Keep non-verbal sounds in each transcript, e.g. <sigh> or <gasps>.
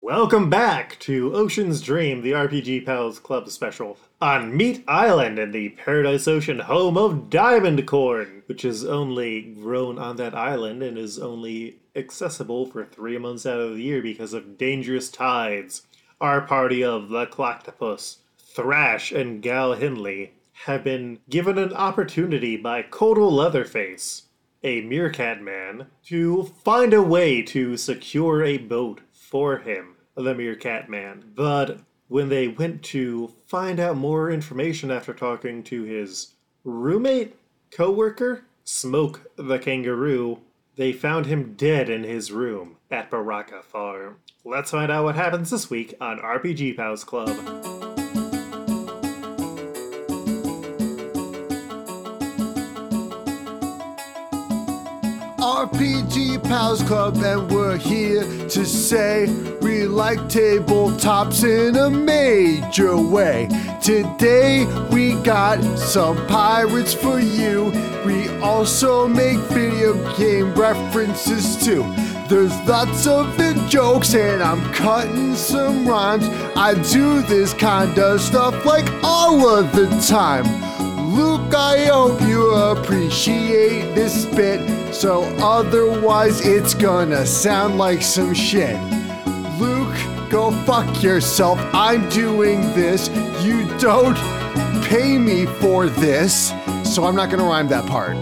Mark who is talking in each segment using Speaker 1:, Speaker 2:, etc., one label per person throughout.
Speaker 1: Welcome back to Ocean's Dream, the RPG Pals Club special on Meat Island in the Paradise Ocean home of Diamond Corn, which is only grown on that island and is only accessible for three months out of the year because of dangerous tides. Our party of the Cloctopus, Thrash, and Gal Henley have been given an opportunity by Coldle Leatherface, a meerkat man to find a way to secure a boat for him, the meerkat man. But when they went to find out more information after talking to his roommate, co worker, Smoke the kangaroo, they found him dead in his room at Baraka Farm. Let's find out what happens this week on RPG Pals Club.
Speaker 2: RPG Pals Club, and we're here to say we like tabletops in a major way. Today we got some pirates for you. We also make video game references too. There's lots of the jokes, and I'm cutting some rhymes. I do this kind of stuff like all of the time. Luke, I hope you appreciate this bit, so otherwise it's gonna sound like some shit. Luke, go fuck yourself. I'm doing this. You don't pay me for this, so I'm not gonna rhyme that part.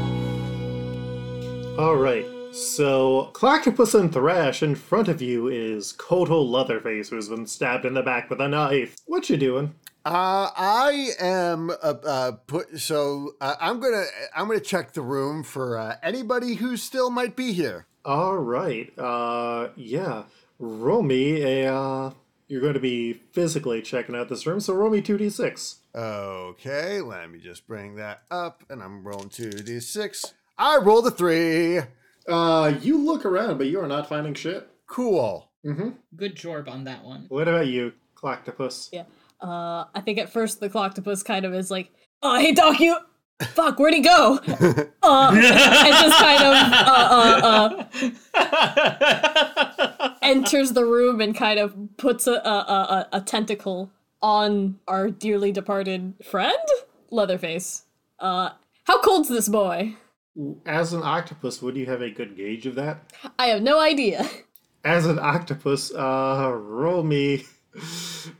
Speaker 1: All right. So, Clactopus and Thrash, in front of you is Kotal Leatherface, who's been stabbed in the back with a knife. What you doing?
Speaker 2: Uh, I am uh, uh, put so uh, I'm gonna I'm gonna check the room for uh, anybody who still might be here.
Speaker 1: All right. Uh, yeah. Roll me a. Uh, you're going to be physically checking out this room, so roll me two d six.
Speaker 2: Okay, let me just bring that up, and I'm rolling two d six. I rolled a three.
Speaker 1: Uh, you look around, but you are not finding shit.
Speaker 2: Cool.
Speaker 3: Good jorb on that one.
Speaker 1: What about you, Clactopus?
Speaker 4: Yeah. Uh, I think at first the Cloctopus kind of is like, oh, hey, Doc, you. Fuck, where'd he go? uh, and just kind of uh, uh, uh, enters the room and kind of puts a, a, a, a- a tentacle on our dearly departed friend, Leatherface. Uh, how cold's this boy?
Speaker 1: As an octopus, would you have a good gauge of that?
Speaker 4: I have no idea.
Speaker 1: As an octopus, uh, roll me.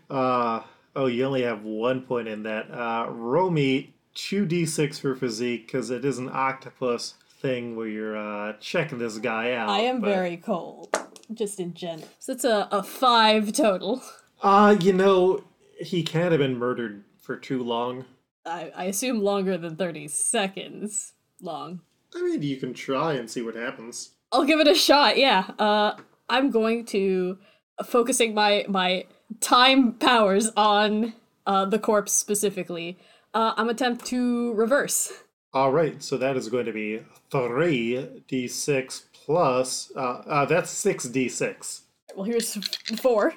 Speaker 1: Uh, oh, you only have one point in that. Uh, roll me 2d6 for physique because it is an octopus thing where you're uh, checking this guy out.
Speaker 4: I am
Speaker 1: but-
Speaker 4: very cold, just in general. So it's a, a five total.
Speaker 1: Uh, you know, he can't have been murdered for too long.
Speaker 4: I, I assume longer than 30 seconds long.
Speaker 1: I mean, you can try and see what happens.
Speaker 4: I'll give it a shot. Yeah. Uh, I'm going to focusing my my time powers on uh, the corpse specifically. Uh, I'm attempt to reverse.
Speaker 1: All right, so that is going to be 3d6 plus, uh, uh, that's 6d6.
Speaker 4: Well, here's four.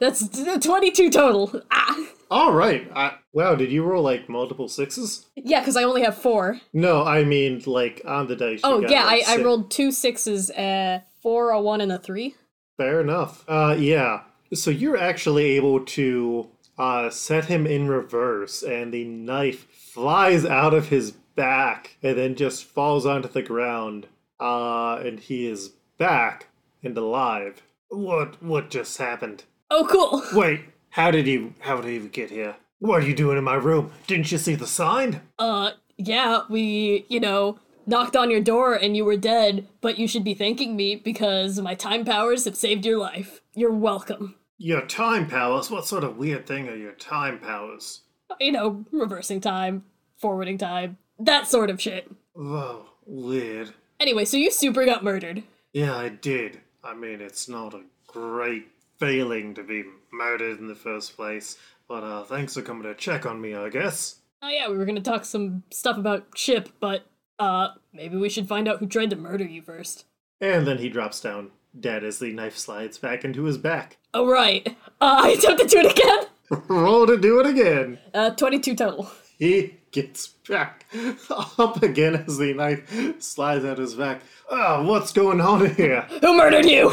Speaker 4: That's t- 22 total. Ah.
Speaker 1: All right. I, wow, did you roll like multiple sixes?
Speaker 4: Yeah, because I only have four.
Speaker 1: No, I mean like on the dice. you
Speaker 4: Oh
Speaker 1: got,
Speaker 4: yeah,
Speaker 1: like,
Speaker 4: I, I
Speaker 1: six.
Speaker 4: rolled two sixes, uh, four, a one, and a three.
Speaker 1: Fair enough. Uh, yeah. So you're actually able to uh, set him in reverse, and the knife flies out of his back and then just falls onto the ground. Uh, and he is back and alive. What? What just happened?
Speaker 4: Oh, cool. <laughs>
Speaker 1: Wait. How did you? How did you get here? What are you doing in my room? Didn't you see the sign?
Speaker 4: uh yeah we you know knocked on your door and you were dead but you should be thanking me because my time powers have saved your life you're welcome
Speaker 1: Your time powers? What sort of weird thing are your time powers?
Speaker 4: you know reversing time forwarding time that sort of shit
Speaker 1: Whoa, weird.
Speaker 4: anyway so you super got murdered
Speaker 1: Yeah, I did. I mean, it's not a great feeling to be murdered in the first place, but uh, thanks for coming to check on me, I guess.
Speaker 4: oh yeah we were gonna talk some stuff about chip but uh maybe we should find out who tried to murder you first
Speaker 1: And then he drops down dead as the knife slides back into his back.
Speaker 4: oh right uh, <laughs> i attempted to do it again
Speaker 1: Roll to do it again.
Speaker 4: uh 22 total
Speaker 1: He gets back <laughs> up again as the knife Ah, slides out his back. Oh, what's going on here?
Speaker 4: who murdered you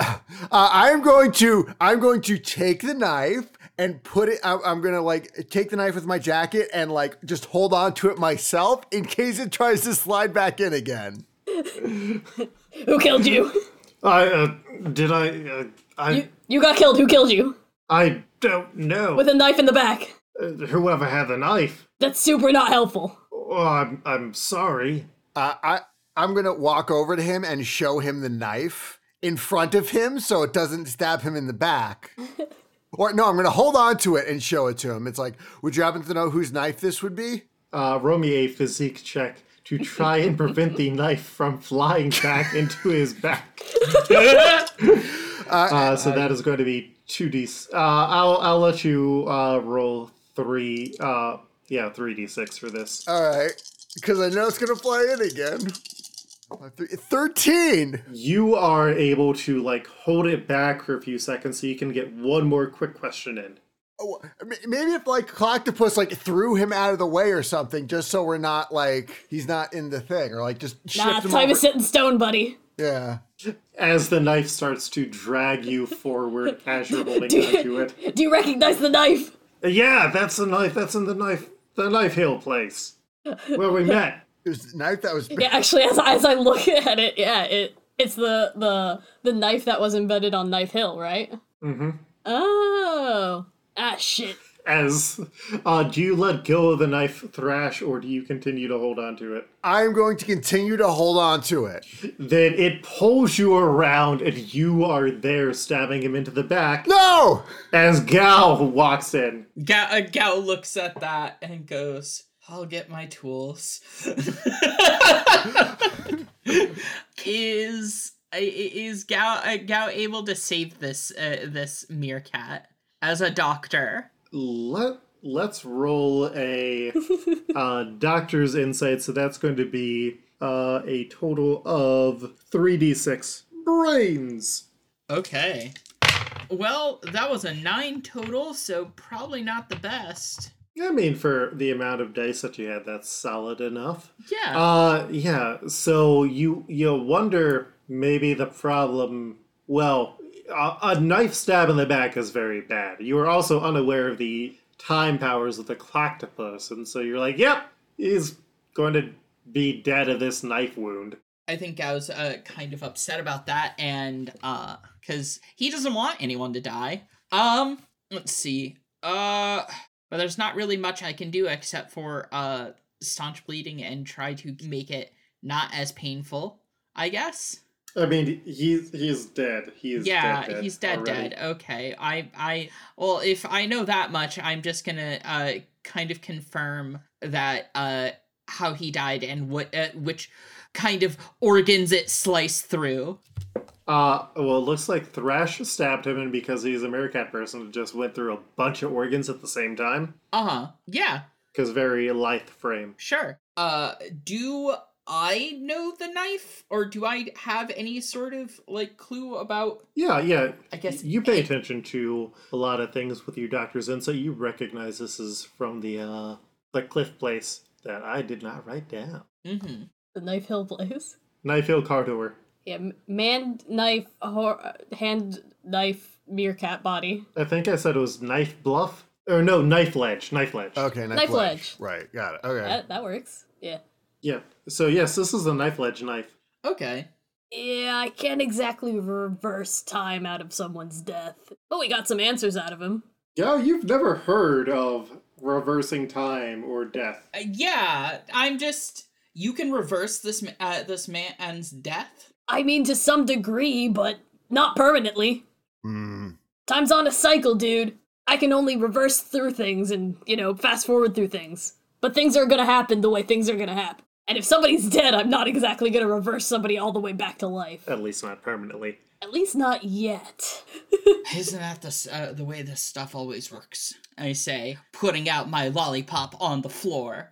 Speaker 2: Uh, I'm going to I'm going to take the knife and put it. I'm, I'm gonna like take the knife with my jacket and like just hold on to it myself in case it tries to slide back in again.
Speaker 4: Who killed you?
Speaker 1: I uh, did I uh, I
Speaker 4: you? You got killed. Who killed you?
Speaker 1: I don't know.
Speaker 4: With a knife in the back.
Speaker 1: Uh, Whoever had the knife.
Speaker 4: That's super not helpful.
Speaker 1: Oh, I'm I'm sorry.
Speaker 2: Uh, I I'm gonna walk over to him and show him the knife in front of him so it doesn't stab him in the
Speaker 4: <laughs>
Speaker 2: back. or no, I'm gonna hold on to it and show it to him. It's like, would you happen to know whose knife this would be?
Speaker 1: Uh, roll me a physique check to try and prevent the knife from flying back into his back. uh, so that is going to be two d. Uh, I'll I'll let you uh, roll three. Uh, yeah, three d six for this.
Speaker 2: All right, because I know it's gonna fly in again. Thirteen.
Speaker 1: You are able to like hold it back for a few seconds, so you can get one more quick question in.
Speaker 2: Oh, m- Maybe if like Collectopus like threw him out of the way or something, just so we're not like he's not in the thing, or like just shift
Speaker 4: Nah,
Speaker 2: him
Speaker 4: time
Speaker 2: over.
Speaker 4: is <laughs> set in stone, buddy.
Speaker 2: yeah.
Speaker 1: As the knife starts to drag you forward as you're holding
Speaker 4: Do
Speaker 1: onto
Speaker 4: you,
Speaker 1: it.
Speaker 4: <laughs> do you recognize the knife?
Speaker 1: Yeah, that's the knife. That's in the knife. The knife hill place where we met.
Speaker 2: It was the knife that was.
Speaker 4: Yeah, actually, as, as I look <laughs> at it, yeah, it it's the the the knife that was embedded on Knife Hill, right? Mm-hmm. Oh, ah, shit.
Speaker 1: As uh, do you let go of the knife thrash, or do you continue to hold on to it?
Speaker 2: I'm going to continue to hold on to it.
Speaker 1: Then it pulls you around, and you are there stabbing him into the back.
Speaker 2: No.
Speaker 1: As Gal walks in,
Speaker 3: Ga- uh, Gao looks at that and goes, I'll get my tools. is i- i- is Gao, uh, Gao able to save this uh, this meerkat as a doctor?
Speaker 1: let let's roll a uh, doctor's insight. So that's going to be uh, a total of three d six brains.
Speaker 3: Okay. Well, that was a nine total, so probably not the best.
Speaker 1: I mean, for the amount of dice that you had, that's solid enough.
Speaker 3: Yeah.
Speaker 1: Uh, yeah. So you you wonder maybe the problem. Well, a, a knife stab in the back is very bad. You are also unaware of the time powers of the Clactopus, and so you're like, "Yep, he's going to be dead of this knife wound."
Speaker 3: I think I was uh, kind of upset about that, and uh, because he doesn't want anyone to die. Um, let's see. Uh, but there's not really much I can do except for uh staunch bleeding and try to make it not as painful. I guess.
Speaker 1: I mean, he's he's dead. He is
Speaker 3: yeah,
Speaker 1: dead, dead
Speaker 3: he's dead.
Speaker 1: already.
Speaker 3: Dead. Okay. I. I. Well, if I know that much, I'm just gonna uh kind of confirm that uh how he died and what uh, which kind of organs it sliced through.
Speaker 1: Uh, well, it looks like Thrash stabbed him, and because he's a meerkat person, it just went through a bunch of organs at the same time.
Speaker 3: Uh huh. Yeah.
Speaker 1: Because very lithe frame.
Speaker 3: Sure. Uh, do I know the knife, or do I have any sort of like clue about?
Speaker 1: Yeah, yeah.
Speaker 3: I guess-
Speaker 1: you pay attention to a lot of things with your doctor's insight. You recognize this is from the uh, the cliff place that I did not write down.
Speaker 3: Mm-hmm.
Speaker 4: The Knife Hill place.
Speaker 1: Knife Hill Corridor.
Speaker 4: Yeah, m- man, knife, hor- hand, knife, meerkat body.
Speaker 1: I think I said it was Knife Bluff or no Knife Ledge. Knife Ledge.
Speaker 2: Okay.
Speaker 4: Knife ledge.
Speaker 2: Right. Got it. Okay.
Speaker 4: That, that works. Yeah.
Speaker 1: Yeah. So yes, this is the Knife Ledge knife.
Speaker 3: Okay.
Speaker 4: Yeah, I can't exactly reverse time out of someone's death. But we got some answers out of him.
Speaker 1: Yeah, you've never heard of reversing time or death.
Speaker 3: Uh, yeah, I'm just. You can reverse this ma- uh, this man's death.
Speaker 4: I mean, to some degree, but not permanently.
Speaker 2: Mm.
Speaker 4: Time's on a cycle, dude. I can only reverse through things and, you know, fast forward through things. But things are gonna happen the way things are gonna happen. And if somebody's dead, I'm not exactly gonna reverse somebody all the way back to life.
Speaker 1: At least not permanently.
Speaker 4: At least not yet. <laughs>
Speaker 3: Isn't that the s- uh, the way this stuff always works? I say, putting out my lollipop on the floor.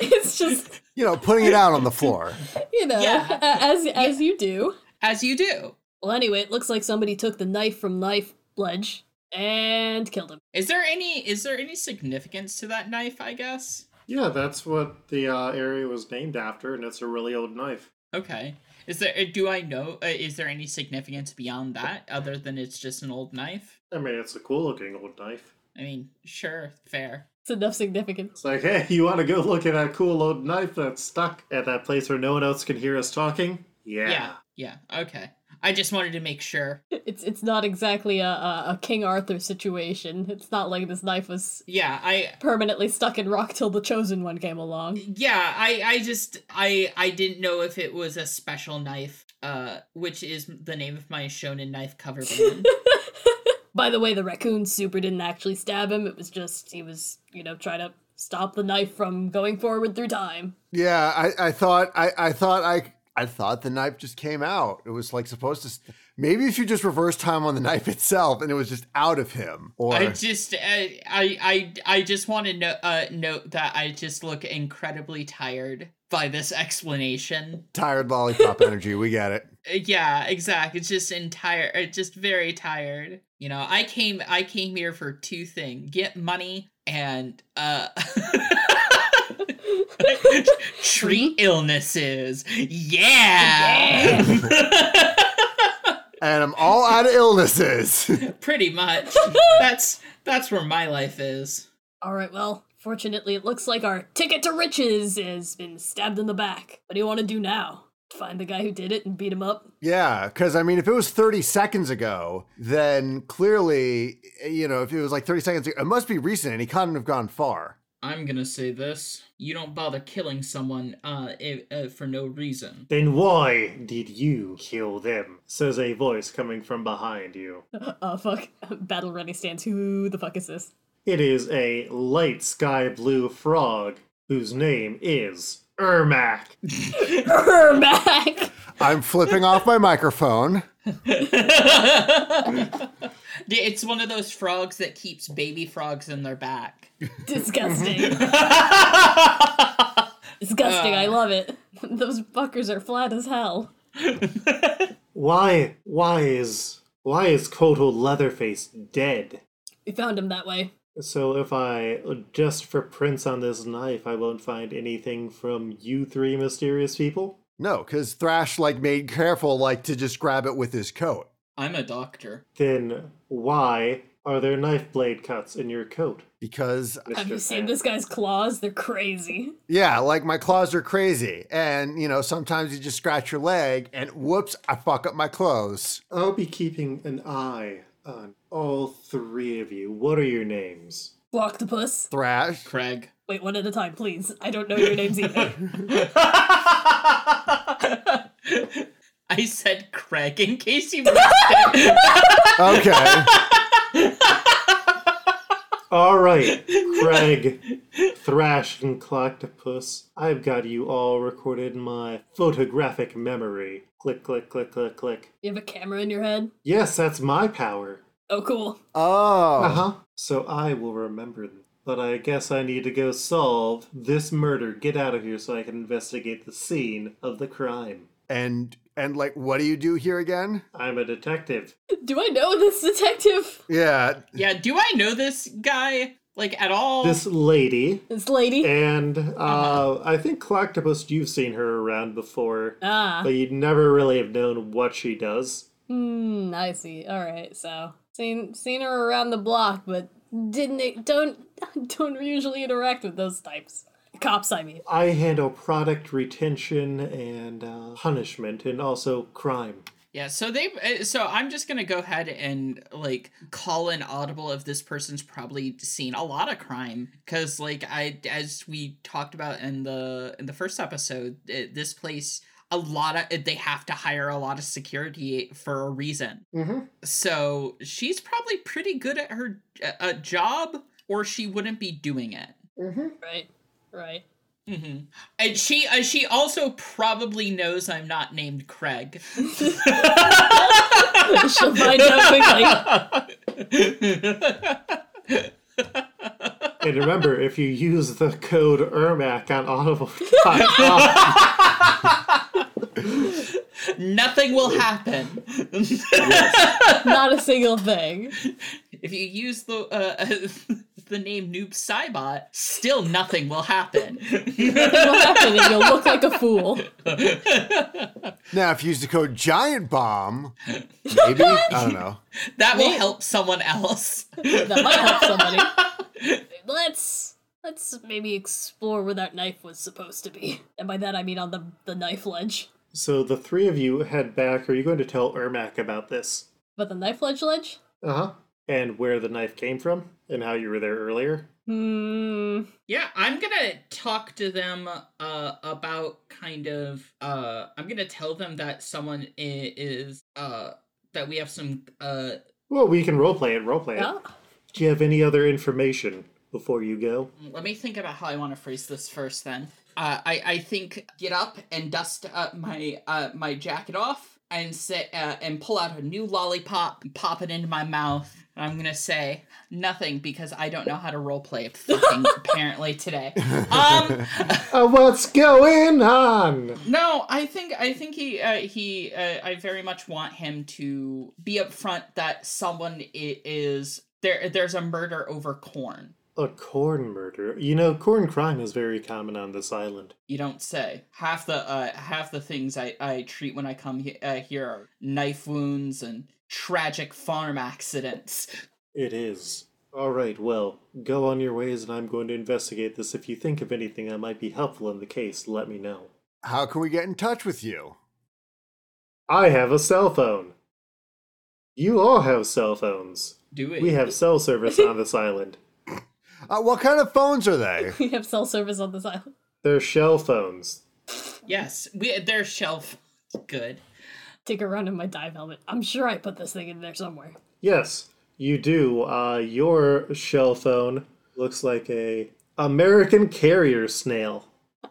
Speaker 4: it's just,
Speaker 2: You know, putting it out on <laughs> the floor.
Speaker 4: you know,
Speaker 3: Yeah.
Speaker 4: a- as as you do.
Speaker 3: As you do.
Speaker 4: Well, anyway, it looks like somebody took the knife from Knife Ledge and killed him.
Speaker 3: Is there any is there any significance to that knife? I guess.
Speaker 1: Yeah, that's what the uh, area was named after, and it's a really old knife.
Speaker 3: Okay. Is there? uh, Do I know? Uh, is there any significance beyond that other than it's just an old knife?
Speaker 1: I mean, it's a cool looking old knife.
Speaker 3: I mean, sure, fair.
Speaker 4: It's enough significance.
Speaker 1: It's like, hey, <laughs> you want to go look at that cool old knife that's stuck at that place where no one else can hear us talking? Yeah.
Speaker 3: Yeah, yeah. Okay. I just wanted to make sure.
Speaker 4: It's it's not exactly a, a, a King Arthur situation. It's not like this knife was
Speaker 3: Yeah, I
Speaker 4: permanently stuck in rock till the chosen one came along.
Speaker 3: yeah i i just i i didn't know if it was a special knife uh which is the name of my shonen knife cover band
Speaker 4: By the way, the raccoon super didn't actually stab him. It was just he was, you know, trying to stop the knife from going forward through time. <laughs>
Speaker 2: Yeah, I, I thought I, I thought I I thought the knife just came out. It was like supposed to. St- Maybe if you just reverse time on the knife itself, and it was just out of him. Or
Speaker 3: i just I i i, I just want to no, uh, note that i just look incredibly tired by this explanation
Speaker 2: tired lollipop energy. We get it.
Speaker 3: Uh, yeah exact it's just entire uh, just very tired you know i came i came here for two things get money and uh <laughs> treat illnesses yeah,
Speaker 2: And I'm all out of illnesses.
Speaker 3: <laughs>
Speaker 2: <laughs>
Speaker 3: pretty much that's that's where my life is
Speaker 4: All right, well, fortunately, it looks like our ticket to riches has been stabbed in the back. What do you want to do now? Find the guy who did it and beat him up? <laughs>
Speaker 2: Yeah, because I mean, if it was 30 seconds ago, then clearly, you know, if it was like 30 seconds ago, it must be recent and he couldn't have gone far.
Speaker 3: i'm gonna say this you don't bother killing someone uh, i uh for no reason <laughs>
Speaker 1: <laughs> Then why did you kill them? Says a voice coming from behind you.
Speaker 4: Oh, fuck. <laughs> Battle Ready stands. Who the fuck is this? <laughs>
Speaker 1: It is a light sky blue frog whose name is Ermac.
Speaker 4: Ermac!
Speaker 2: I'm flipping off my microphone.
Speaker 3: it's one of those frogs that keeps baby frogs in their back
Speaker 4: <laughs> Disgusting. <laughs>
Speaker 3: <laughs>
Speaker 4: Disgusting, I love it. <laughs> Those fuckers are flat as hell.
Speaker 1: Why why is why is Kotal Leatherface dead?
Speaker 4: We found him that way.
Speaker 1: So if I just for prints on this knife, I won't find anything from you three mysterious people?
Speaker 2: No, because Thrash, like, made careful, like, to just grab it with his coat.
Speaker 3: i'm a doctor
Speaker 1: Then why are there knife blade cuts in your coat?
Speaker 2: Because,
Speaker 4: Have you
Speaker 1: Mr.
Speaker 4: seen
Speaker 1: Pan?
Speaker 4: this guy's claws? They're crazy.
Speaker 2: yeah, like, my claws are crazy. And, you know, sometimes you just scratch your leg and whoops, I fuck up my clothes.
Speaker 1: I'll be keeping an eye on all three of you. What are your names?
Speaker 4: Octopus.
Speaker 2: Thrash.
Speaker 3: <laughs> craig
Speaker 4: Wait, one at a time, please. I don't know your names either.
Speaker 3: i said craig in case you missed it
Speaker 2: Okay.
Speaker 1: All right,
Speaker 4: <laughs>
Speaker 1: Craig, Thrash, and Cloctopus, I've got you all recorded in my photographic memory. Click, click, click, click, click.
Speaker 4: You have a camera in your head?
Speaker 1: Yes, that's my power.
Speaker 4: Oh, cool.
Speaker 2: oh.
Speaker 1: Uh huh. So I will remember them. But I guess I need to go solve this murder. Get out of here so I can investigate the scene of the crime.
Speaker 2: And, and, like, what do you do here again?
Speaker 1: I'm a detective.
Speaker 4: Do I know this detective?
Speaker 2: Yeah.
Speaker 3: Yeah, do I know this guy like at all?
Speaker 1: This lady,
Speaker 4: This
Speaker 1: Eh.
Speaker 4: lady?
Speaker 1: and uh, I think Cloctopus, you've seen her around before,
Speaker 4: Ah.
Speaker 1: but you'd never really have known what she does.
Speaker 4: Hmm, I see. Alright, so. Seen seen her around the block, but didn't don't <laughs> don't usually interact with those types. Cops, I mean.
Speaker 1: I handle product retention and uh, punishment, and also crime.
Speaker 3: yeah, so they uh, so I'm just going to go ahead and like call an audible of this person's probably seen a lot of crime cuz like I as we talked about in the in the first episode, uh, this place a lot of they have to hire a lot of security for a reason.
Speaker 1: Mm-hmm.
Speaker 3: So she's probably pretty good at her uh, uh, job or she wouldn't be doing it.
Speaker 4: Right. Right. <laughs>
Speaker 3: hmm And she uh, she also probably knows I'm not named Craig.
Speaker 4: She'll find out quickly.
Speaker 1: And remember, if you use the code ERMAC on audible.com,
Speaker 3: Nothing will happen
Speaker 4: Not a single thing.
Speaker 3: if you use the uh, <laughs> the name Noob Saibot, still nothing will happen.
Speaker 4: What happened? And You'll look like a fool.
Speaker 2: Now, if you use the code Giant Bomb, maybe I don't know.
Speaker 3: that will help someone else.
Speaker 4: That might help somebody. Let's let's maybe explore where that knife was supposed to be. And by that I mean on the the knife ledge.
Speaker 1: So the three of you head back. Are you going to tell Ermac about this?
Speaker 4: But the knife ledge ledge?
Speaker 1: Uh huh. And where the knife came from and how you were there earlier?
Speaker 4: Hmm.
Speaker 3: <laughs> Yeah, I'm gonna talk to them uh, about kind of. Uh, I'm gonna tell them that someone i- is uh, that we have some. Uh,
Speaker 1: Well, we can roleplay it, roleplay
Speaker 4: Yeah. <laughs>
Speaker 1: it. Do you have any other information before you go?
Speaker 3: let me think about how I want to phrase this first. Then uh, I I think get up and dust uh, my uh, my jacket off and sit uh, and pull out a new lollipop, and pop it into my mouth. And I'm gonna say nothing because I don't know how to roleplay fucking apparently today. Um. <laughs>
Speaker 1: Uh, what's going on?
Speaker 3: No, I think I think he uh, he uh, I very much want him to be upfront that someone i- is there. There's a murder over corn.
Speaker 1: A corn murder. You know, corn crime is very common on this island.
Speaker 3: You don't say. Half the uh, half the things I, I treat when I come he- uh, here are knife wounds and tragic farm accidents.
Speaker 1: It is. All right, well, go on your ways and I'm going to investigate this. If you think of anything that might be helpful in the case, let me know.
Speaker 2: How can we get in touch with you?
Speaker 1: I have a cell phone. You all have cell phones.
Speaker 3: Do it.
Speaker 1: We have cell service on this island.
Speaker 2: Uh, what kind of phones are they?
Speaker 4: We have cell service on this island.
Speaker 1: They're shell phones.
Speaker 3: yes. We their shelf. Good.
Speaker 4: Take a run in my dive helmet. I'm sure I put this thing in there somewhere.
Speaker 1: Yes, you do. Uh, your shell phone looks like a American carrier snail.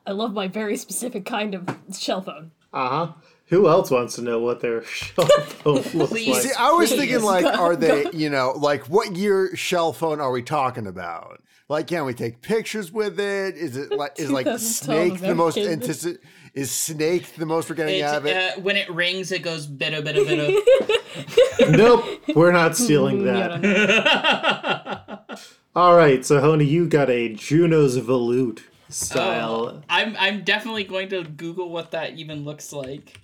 Speaker 4: I love my very specific kind of shell phone.
Speaker 1: Uh huh. Who else wants to know what their <laughs> shell phone looks
Speaker 3: Please.
Speaker 1: like?
Speaker 2: See, I was
Speaker 4: Please,
Speaker 2: thinking like,
Speaker 4: go-
Speaker 2: are
Speaker 4: <laughs>
Speaker 2: they, you know, like what year shell phone are we talking about? Like, can we take pictures with it? Is it like
Speaker 4: <laughs>
Speaker 2: is like
Speaker 4: 2012
Speaker 2: snake the most
Speaker 4: American.
Speaker 2: antici- is snake the most we're getting
Speaker 3: It,
Speaker 2: out of it?
Speaker 3: uh, when it rings, it goes bitta bitta bitta.
Speaker 1: Nope, we're not stealing
Speaker 4: Yeah,
Speaker 1: that.
Speaker 4: I don't know.
Speaker 3: <laughs>
Speaker 1: All right, so Honey, you got a Juno's volute style,
Speaker 3: I'm I'm definitely going to Google what that even looks like.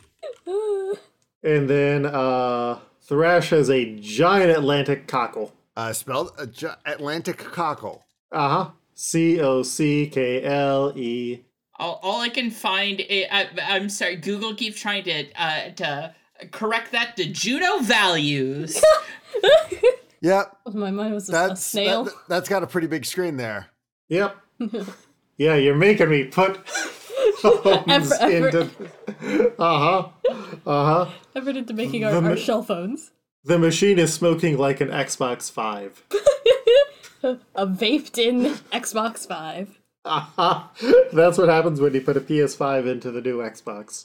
Speaker 1: and then uh, Thrash has a giant Atlantic cockle.
Speaker 2: Uh, spelled uh, J- Atlantic cockle.
Speaker 1: Uh huh. C O C K L E
Speaker 3: All, all I can find i I, I'm sorry, Google keeps trying to uh, to correct that to Juno values.
Speaker 2: Yep,
Speaker 4: my mind was <laughs> a, a
Speaker 2: that's
Speaker 4: snail.
Speaker 2: That, that's got a pretty big screen there.
Speaker 3: <laughs>
Speaker 1: Yep. yeah, you're making me put phones
Speaker 4: Effort, effort.
Speaker 1: into. Uh huh. Uh huh.
Speaker 4: Effort into making our, our shell phones.
Speaker 1: The machine is smoking like an Xbox Five.
Speaker 4: A vaped in Xbox Five.
Speaker 1: Uh-huh. That's what happens when you put a PS5 into the new Xbox.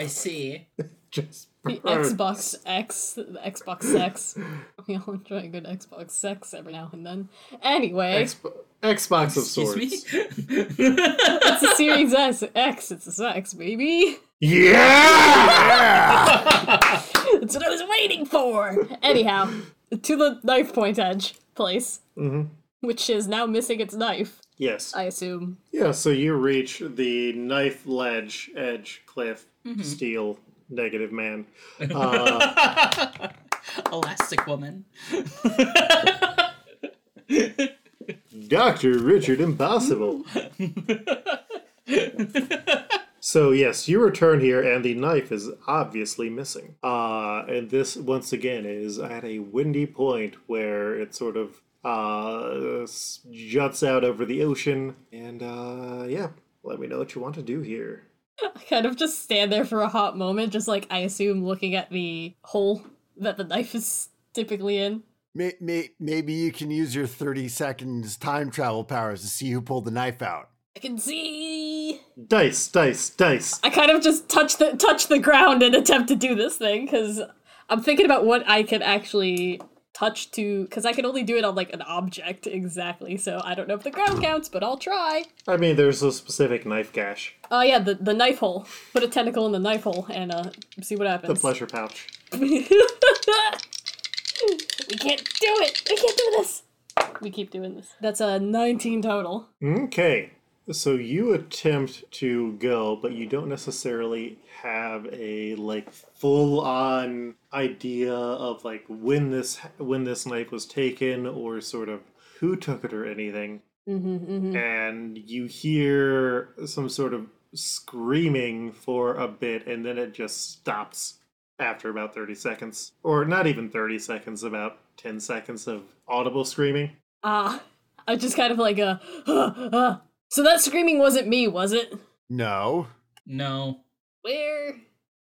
Speaker 3: I see.
Speaker 1: Just
Speaker 4: The
Speaker 1: burn.
Speaker 4: Xbox X, the Xbox Sex. <laughs> We all enjoy a good Xbox Sex every now and then.
Speaker 1: <laughs>
Speaker 4: Anyway,
Speaker 1: Xbox, Xbox of sorts.
Speaker 3: Excuse me.
Speaker 4: it's a Series S, X. It's a sex, baby.
Speaker 3: <laughs>
Speaker 1: Yeah!
Speaker 4: That's what I was waiting for. Anyhow, to the knife point edge place, which is now missing its knife.
Speaker 1: yes.
Speaker 4: I assume.
Speaker 1: Yeah, so you reach the knife ledge, edge, cliff,
Speaker 3: Mm-hmm.
Speaker 1: steel, negative man.
Speaker 3: <laughs> Elastic woman.
Speaker 1: Dr. Richard Impossible. so, yes, you return here, and the knife is obviously missing. Uh, and this, once again, is at a windy point where it sort of uh, s- juts out over the ocean. And, uh, yeah, let me know what you want to do here.
Speaker 4: I kind of just stand there for a hot moment, just like I assume looking at the hole that the knife is typically in.
Speaker 2: May, may, maybe you can use your 30 seconds time travel powers to see who pulled the knife out.
Speaker 4: I can see.
Speaker 1: Dice, dice, dice.
Speaker 4: I kind of just touch the touch the ground and attempt to do this thing because I'm thinking about what I can actually touch to because I can only do it on like an object exactly. So I don't know if the ground counts, but I'll try.
Speaker 1: I mean, there's a specific knife gash,
Speaker 4: Oh yeah, the the knife hole. Put a tentacle in the knife hole and uh see what
Speaker 1: the
Speaker 4: happens. <laughs>
Speaker 1: pleasure pouch.
Speaker 4: we can't do it. We can't do this. We keep doing this. That's a 19 total.
Speaker 1: Okay. So you attempt to go, but you don't necessarily have a like full on idea of like when this when this knife was taken or sort of who took it or anything.
Speaker 4: Mm-hmm,
Speaker 1: And you hear some sort of screaming for a bit and then it just stops after about 30 seconds or not even 30 seconds about 10 seconds of audible screaming
Speaker 4: Ah, I just kind of like a. <gasps> uh, So that screaming wasn't me, was it?
Speaker 2: No.
Speaker 3: No.
Speaker 4: Where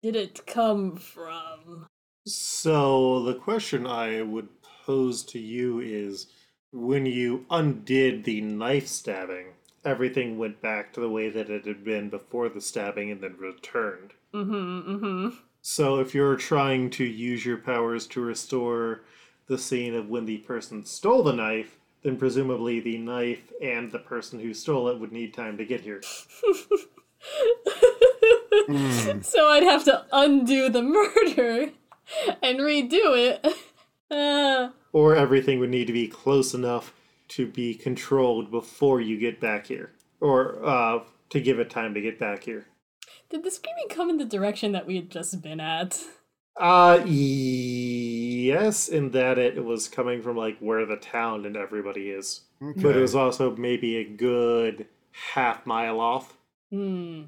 Speaker 4: did it come from?
Speaker 1: So the question I would pose to you is when you undid the knife stabbing, everything went back to the way that it had been before the stabbing and then returned.
Speaker 4: Mm-hmm. Mm-hmm.
Speaker 1: So if you're trying to use your powers to restore the scene of when the person stole the knife, then presumably the knife and the person who stole it would need time to get here.
Speaker 4: <laughs> So I'd have to undo the murder and redo it. Uh,
Speaker 1: Or everything would need to be close enough to be controlled before you get back here. Or uh, to give it time to get back here.
Speaker 4: did the screaming come in the direction that we had just been at?
Speaker 1: Uh, yes, in that it was coming from like where the town and everybody is, but it was also maybe a good half mile off.
Speaker 4: Hmm.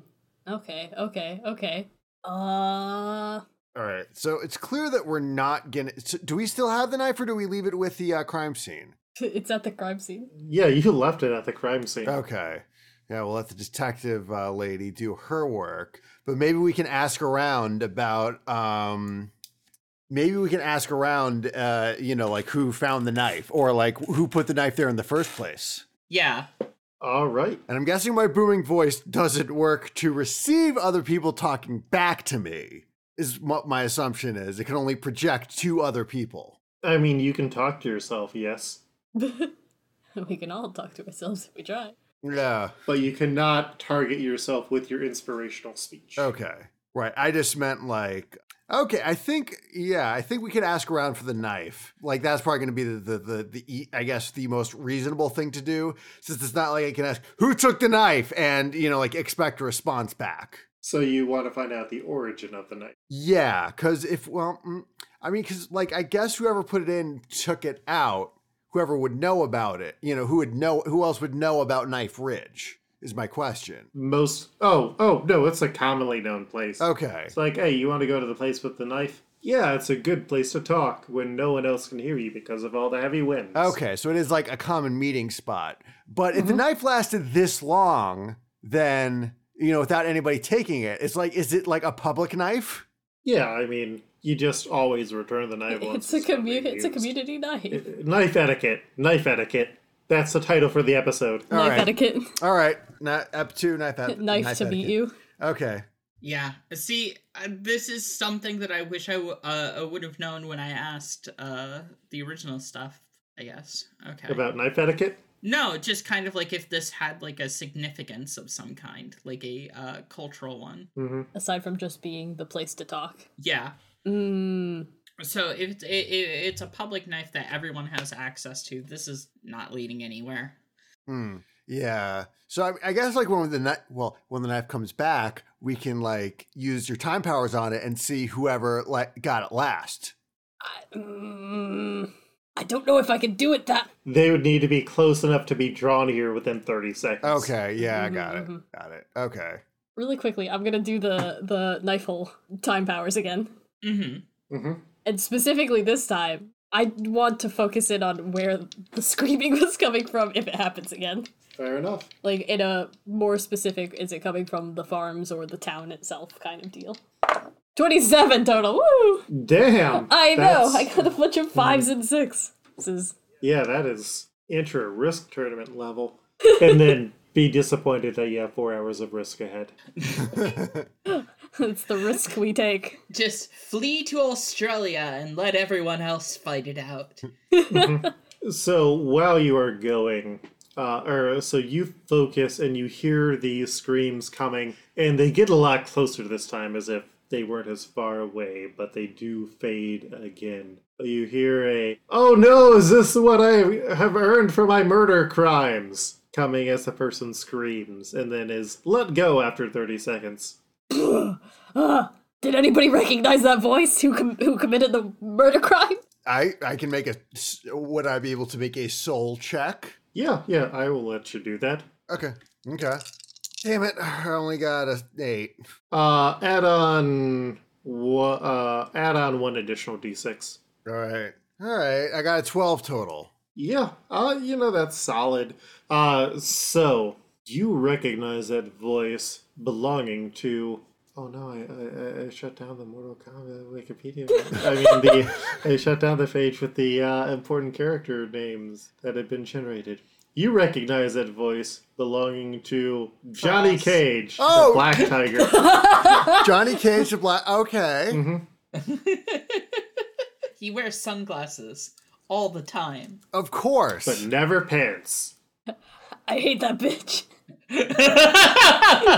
Speaker 4: Okay. Okay. Okay. Uh. <laughs>
Speaker 2: All right. So it's clear that we're not gonna. So do we still have the knife, or do we leave it with the uh, crime scene?
Speaker 4: It's at the crime scene. <laughs>
Speaker 1: Yeah, you <laughs> left it at the crime scene.
Speaker 2: Okay. Yeah, we'll let the detective uh, lady do her work, but maybe we can ask around about. Um, maybe we can ask around. Uh, you know, like who found the knife, or like who put the knife there in the first place.
Speaker 3: Yeah.
Speaker 1: All right.
Speaker 2: And I'm guessing my booming voice doesn't work to receive other people talking back to me. Is what my assumption is. It can only project to other people.
Speaker 1: I mean, you can talk to yourself, yes,
Speaker 4: We can all talk to ourselves if we try.
Speaker 2: Yeah.
Speaker 1: but you cannot target yourself with your inspirational speech.
Speaker 2: Okay. Right. I just meant like, okay, I think, yeah, I think we could ask around for the knife. Like, that's probably going to be the, the, the, the, e- I guess, the most reasonable thing to do since it's not like I can ask, who took the knife? And, you know, like expect a response back.
Speaker 1: So you want to find out the origin of the knife.
Speaker 2: Yeah. Cause if, well, mm, I mean, cause like, I guess whoever put it in took it out, whoever would know about it, you know, who would know, who else would know about Knife Ridge is my question.
Speaker 1: Most. Oh, oh no, it's a commonly known place.
Speaker 2: Okay.
Speaker 1: It's like, hey, you want to go to the place with the knife? Yeah, it's a good place to talk when no one else can hear you because of all the heavy winds.
Speaker 2: Okay, so it is like a common meeting spot. But if the
Speaker 4: Mm-hmm.
Speaker 2: knife lasted this long, then you know, without anybody taking it, it's like is it like a public knife?
Speaker 1: Yeah, I mean, you just always return the knife
Speaker 4: It's
Speaker 1: once.
Speaker 4: a
Speaker 1: it's not
Speaker 4: commu-
Speaker 1: being
Speaker 4: It's a
Speaker 1: used.
Speaker 4: community knife.
Speaker 1: <laughs> Knife etiquette. Knife etiquette. That's the title for the episode.
Speaker 2: All
Speaker 4: Knife
Speaker 2: right.
Speaker 4: etiquette. <laughs>
Speaker 2: All right, not up to knife at
Speaker 4: Knife, to beat you.
Speaker 2: Okay.
Speaker 3: Yeah. See, uh, this is something that I wish I w- uh, I would have known when I asked uh, the original stuff, I guess. Okay.
Speaker 1: About knife etiquette?
Speaker 3: no, just kind of like if this had like a significance of some kind, like a uh, cultural one.
Speaker 1: Mm-hmm.
Speaker 4: Aside from just being the place to talk.
Speaker 3: Yeah.
Speaker 4: Mm,
Speaker 3: So if it's, it, it, it's a public knife that everyone has access to, this is not leading anywhere.
Speaker 2: Hmm. Yeah. So I, I guess like when the knife, well, when the knife comes back, we can like use your time powers on it and see whoever like got it last.
Speaker 4: I, mm, I don't know if I can do it that.
Speaker 1: They would need to be close enough to be drawn here within 30 seconds.
Speaker 2: Okay. Yeah, I got it.
Speaker 4: Mhm,
Speaker 2: Got it. Okay.
Speaker 4: Really quickly, I'm gonna do the the knife hole time powers again,
Speaker 3: Mm-hmm.
Speaker 1: hmm
Speaker 4: and specifically this time, I want to focus in on where the screaming <laughs> was coming from if it happens again.
Speaker 1: Fair enough.
Speaker 4: Like in a more specific, is it coming from the farms or the town itself kind of deal? Twenty-seven total. Woo!
Speaker 1: Damn.
Speaker 4: I know.
Speaker 1: that's-
Speaker 4: I got a bunch of
Speaker 2: mm.
Speaker 4: fives and six. This is
Speaker 1: Yeah, that is intra risk tournament level. and then be disappointed that you have four hours of risk ahead.
Speaker 4: <laughs> it's the risk we take.
Speaker 3: Just flee to Australia and let everyone else fight it out.
Speaker 1: So while you are going, uh, or so you focus and you hear these screams coming, and they get a lot closer this time, as if they weren't as far away, but they do fade again. You hear a, oh no, is this what I have earned for my murder crimes? Coming as the person screams and then is let go after 30 seconds.
Speaker 4: Uh, did anybody recognize that voice who com- who committed the murder crime?
Speaker 2: I I can make a. s- Would I be able to make a soul check?
Speaker 1: Yeah, yeah, I will let you do that.
Speaker 2: Okay. Okay. Damn it! I only got a eight.
Speaker 1: Uh, add on, wa- uh, add on one additional d6.
Speaker 2: All right. All right. I got a twelve total.
Speaker 1: Yeah, uh, you know, that's solid. Uh, so, you recognize that voice belonging to. Oh no, I, I, I- I shut down the Mortal Kombat Wikipedia. I mean, the I shut down the page with the uh, important character names that had been generated. You recognize that voice belonging to Johnny
Speaker 3: Frost.
Speaker 1: Cage,
Speaker 2: Oh!
Speaker 1: the Black Tiger.
Speaker 2: Johnny Cage the Black. Okay.
Speaker 1: hmm
Speaker 3: He wears sunglasses all the time.
Speaker 2: Of course.
Speaker 1: But never pants.
Speaker 4: I hate that bitch.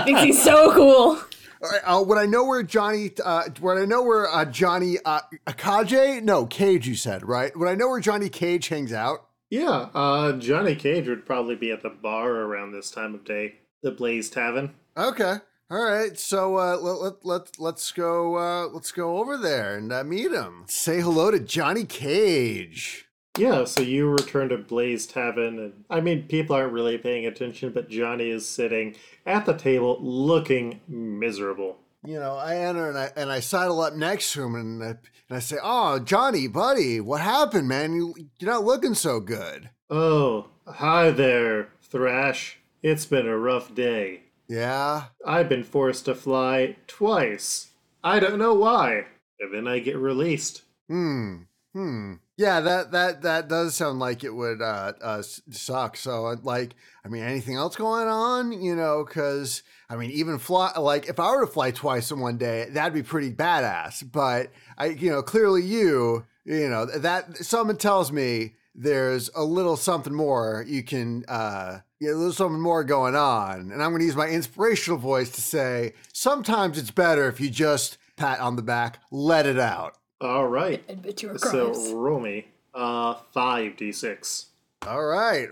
Speaker 4: Thinks he's so cool.
Speaker 2: All right, uh, when I know where Johnny, uh, when I know where uh, Johnny uh, Akage, no Cage, you said right. When I know where Johnny Cage hangs out,
Speaker 1: Yeah, uh, Johnny Cage would probably be at the bar around this time of day, the Blaze Tavern.
Speaker 2: Okay. All right. So uh, let, let, let, let's go uh, let's go over there and uh, meet him. Say hello to Johnny Cage.
Speaker 1: Yeah, so you return to Blaze Tavern, and I mean, people aren't really paying attention, but Johnny is sitting at the table looking miserable.
Speaker 2: You know, I enter and I and I sidle up next to him and I, and I say, "Oh, Johnny, buddy, what happened, man? You you're not looking so good."
Speaker 1: Oh, hi there, Thrash. It's been a rough day.
Speaker 2: Yeah.
Speaker 1: I've been forced to fly twice. I don't know why. And then I get released.
Speaker 2: Hmm. Hmm. Yeah. That that that does sound like it would uh, uh s- suck. So uh, like, I mean, anything else going on? You know, because I mean, even fly like if I were to fly twice in one day, that'd be pretty badass. But I, you know, clearly you, you know, that someone tells me there's a little something more you can uh you know, a little something more going on and i'm going to use my inspirational voice to say sometimes it's better if you just pat on the back let it out
Speaker 1: All right.
Speaker 4: Admit your crimes.
Speaker 1: So roll me uh five d six.
Speaker 2: All right,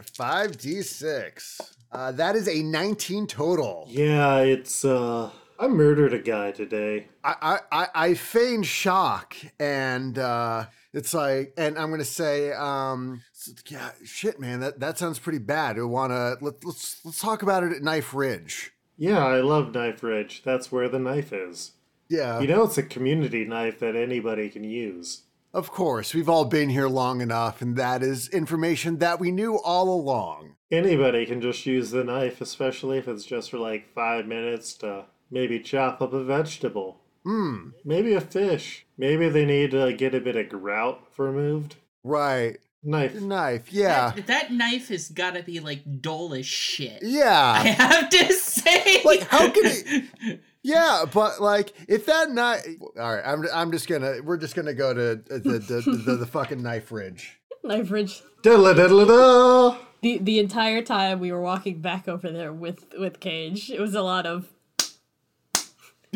Speaker 2: 5d6. Uh, that is a 19 total.
Speaker 1: Yeah, it's uh I murdered a guy today.
Speaker 2: I, I, I, I feign shock, and uh, it's like, and I'm gonna say, um, s- yeah, shit, man, that, that sounds pretty bad. I wanna let, let's let's talk about it at Knife Ridge.
Speaker 1: Yeah, I love Knife Ridge. That's where the knife is.
Speaker 2: Yeah,
Speaker 1: You know it's a community knife that anybody can use.
Speaker 2: of course, we've all been here long enough, and that is information that we knew all along.
Speaker 1: Anybody can just use the knife, especially if it's just for like five minutes to maybe chop up a vegetable.
Speaker 2: Hmm.
Speaker 1: Maybe a fish. Maybe they need to get a bit of grout removed.
Speaker 2: Right,
Speaker 1: Knife.
Speaker 2: knife. Yeah,
Speaker 3: That, that knife has got to be like dull as shit. <laughs> I
Speaker 2: yeah.
Speaker 3: have to say.
Speaker 2: Like, how can <laughs> Yeah, but like if that knife. All right, I'm I'm just gonna we're just gonna go to uh, the the, the, the, the fucking knife ridge.
Speaker 4: Knife Ridge.
Speaker 1: Diddle diddle da.
Speaker 4: The the entire time we were walking back over there with with Cage, it was a lot of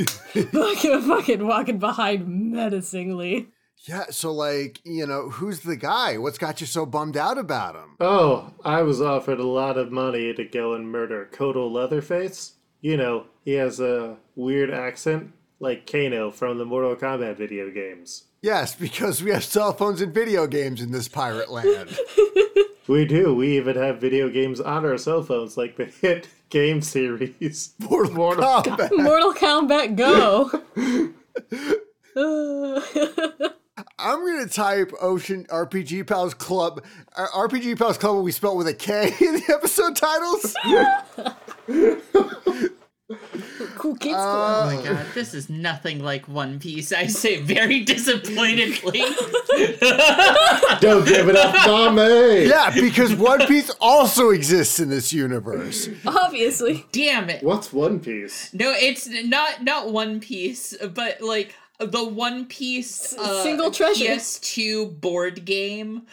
Speaker 4: fucking fucking walking behind menacingly.
Speaker 2: Yeah, so like you know who's the guy? What's got you so bummed out about him?
Speaker 1: Oh, I was offered a lot of money to go and murder Kodal Leatherface. You know, he has a weird accent, like Kano from the Mortal Kombat video games.
Speaker 2: Yes, because we have cell phones and video games in this pirate land.
Speaker 1: We do. We even have video games on our cell phones, like the <laughs> hit game series.
Speaker 2: <laughs> Mortal Kombat.
Speaker 4: Mortal Kombat Go. Uh,
Speaker 2: I'm gonna type Ocean RPG Pals Club, uh, RPG Pals Club. will We spelled with a K <laughs> in the episode <laughs> titles.
Speaker 4: cool kids.
Speaker 2: Uh,
Speaker 3: Oh my god, this is nothing like One Piece. I say
Speaker 2: <laughs>
Speaker 3: very disappointedly.
Speaker 1: <laughs> Don't give it up, mommy!
Speaker 2: Yeah, because One Piece also exists in this universe.
Speaker 4: school, obviously.
Speaker 3: Damn it.
Speaker 1: What's One Piece?
Speaker 3: No, it's not not One Piece, but like the One Piece uh,
Speaker 4: single treasure.
Speaker 3: PS2 board game.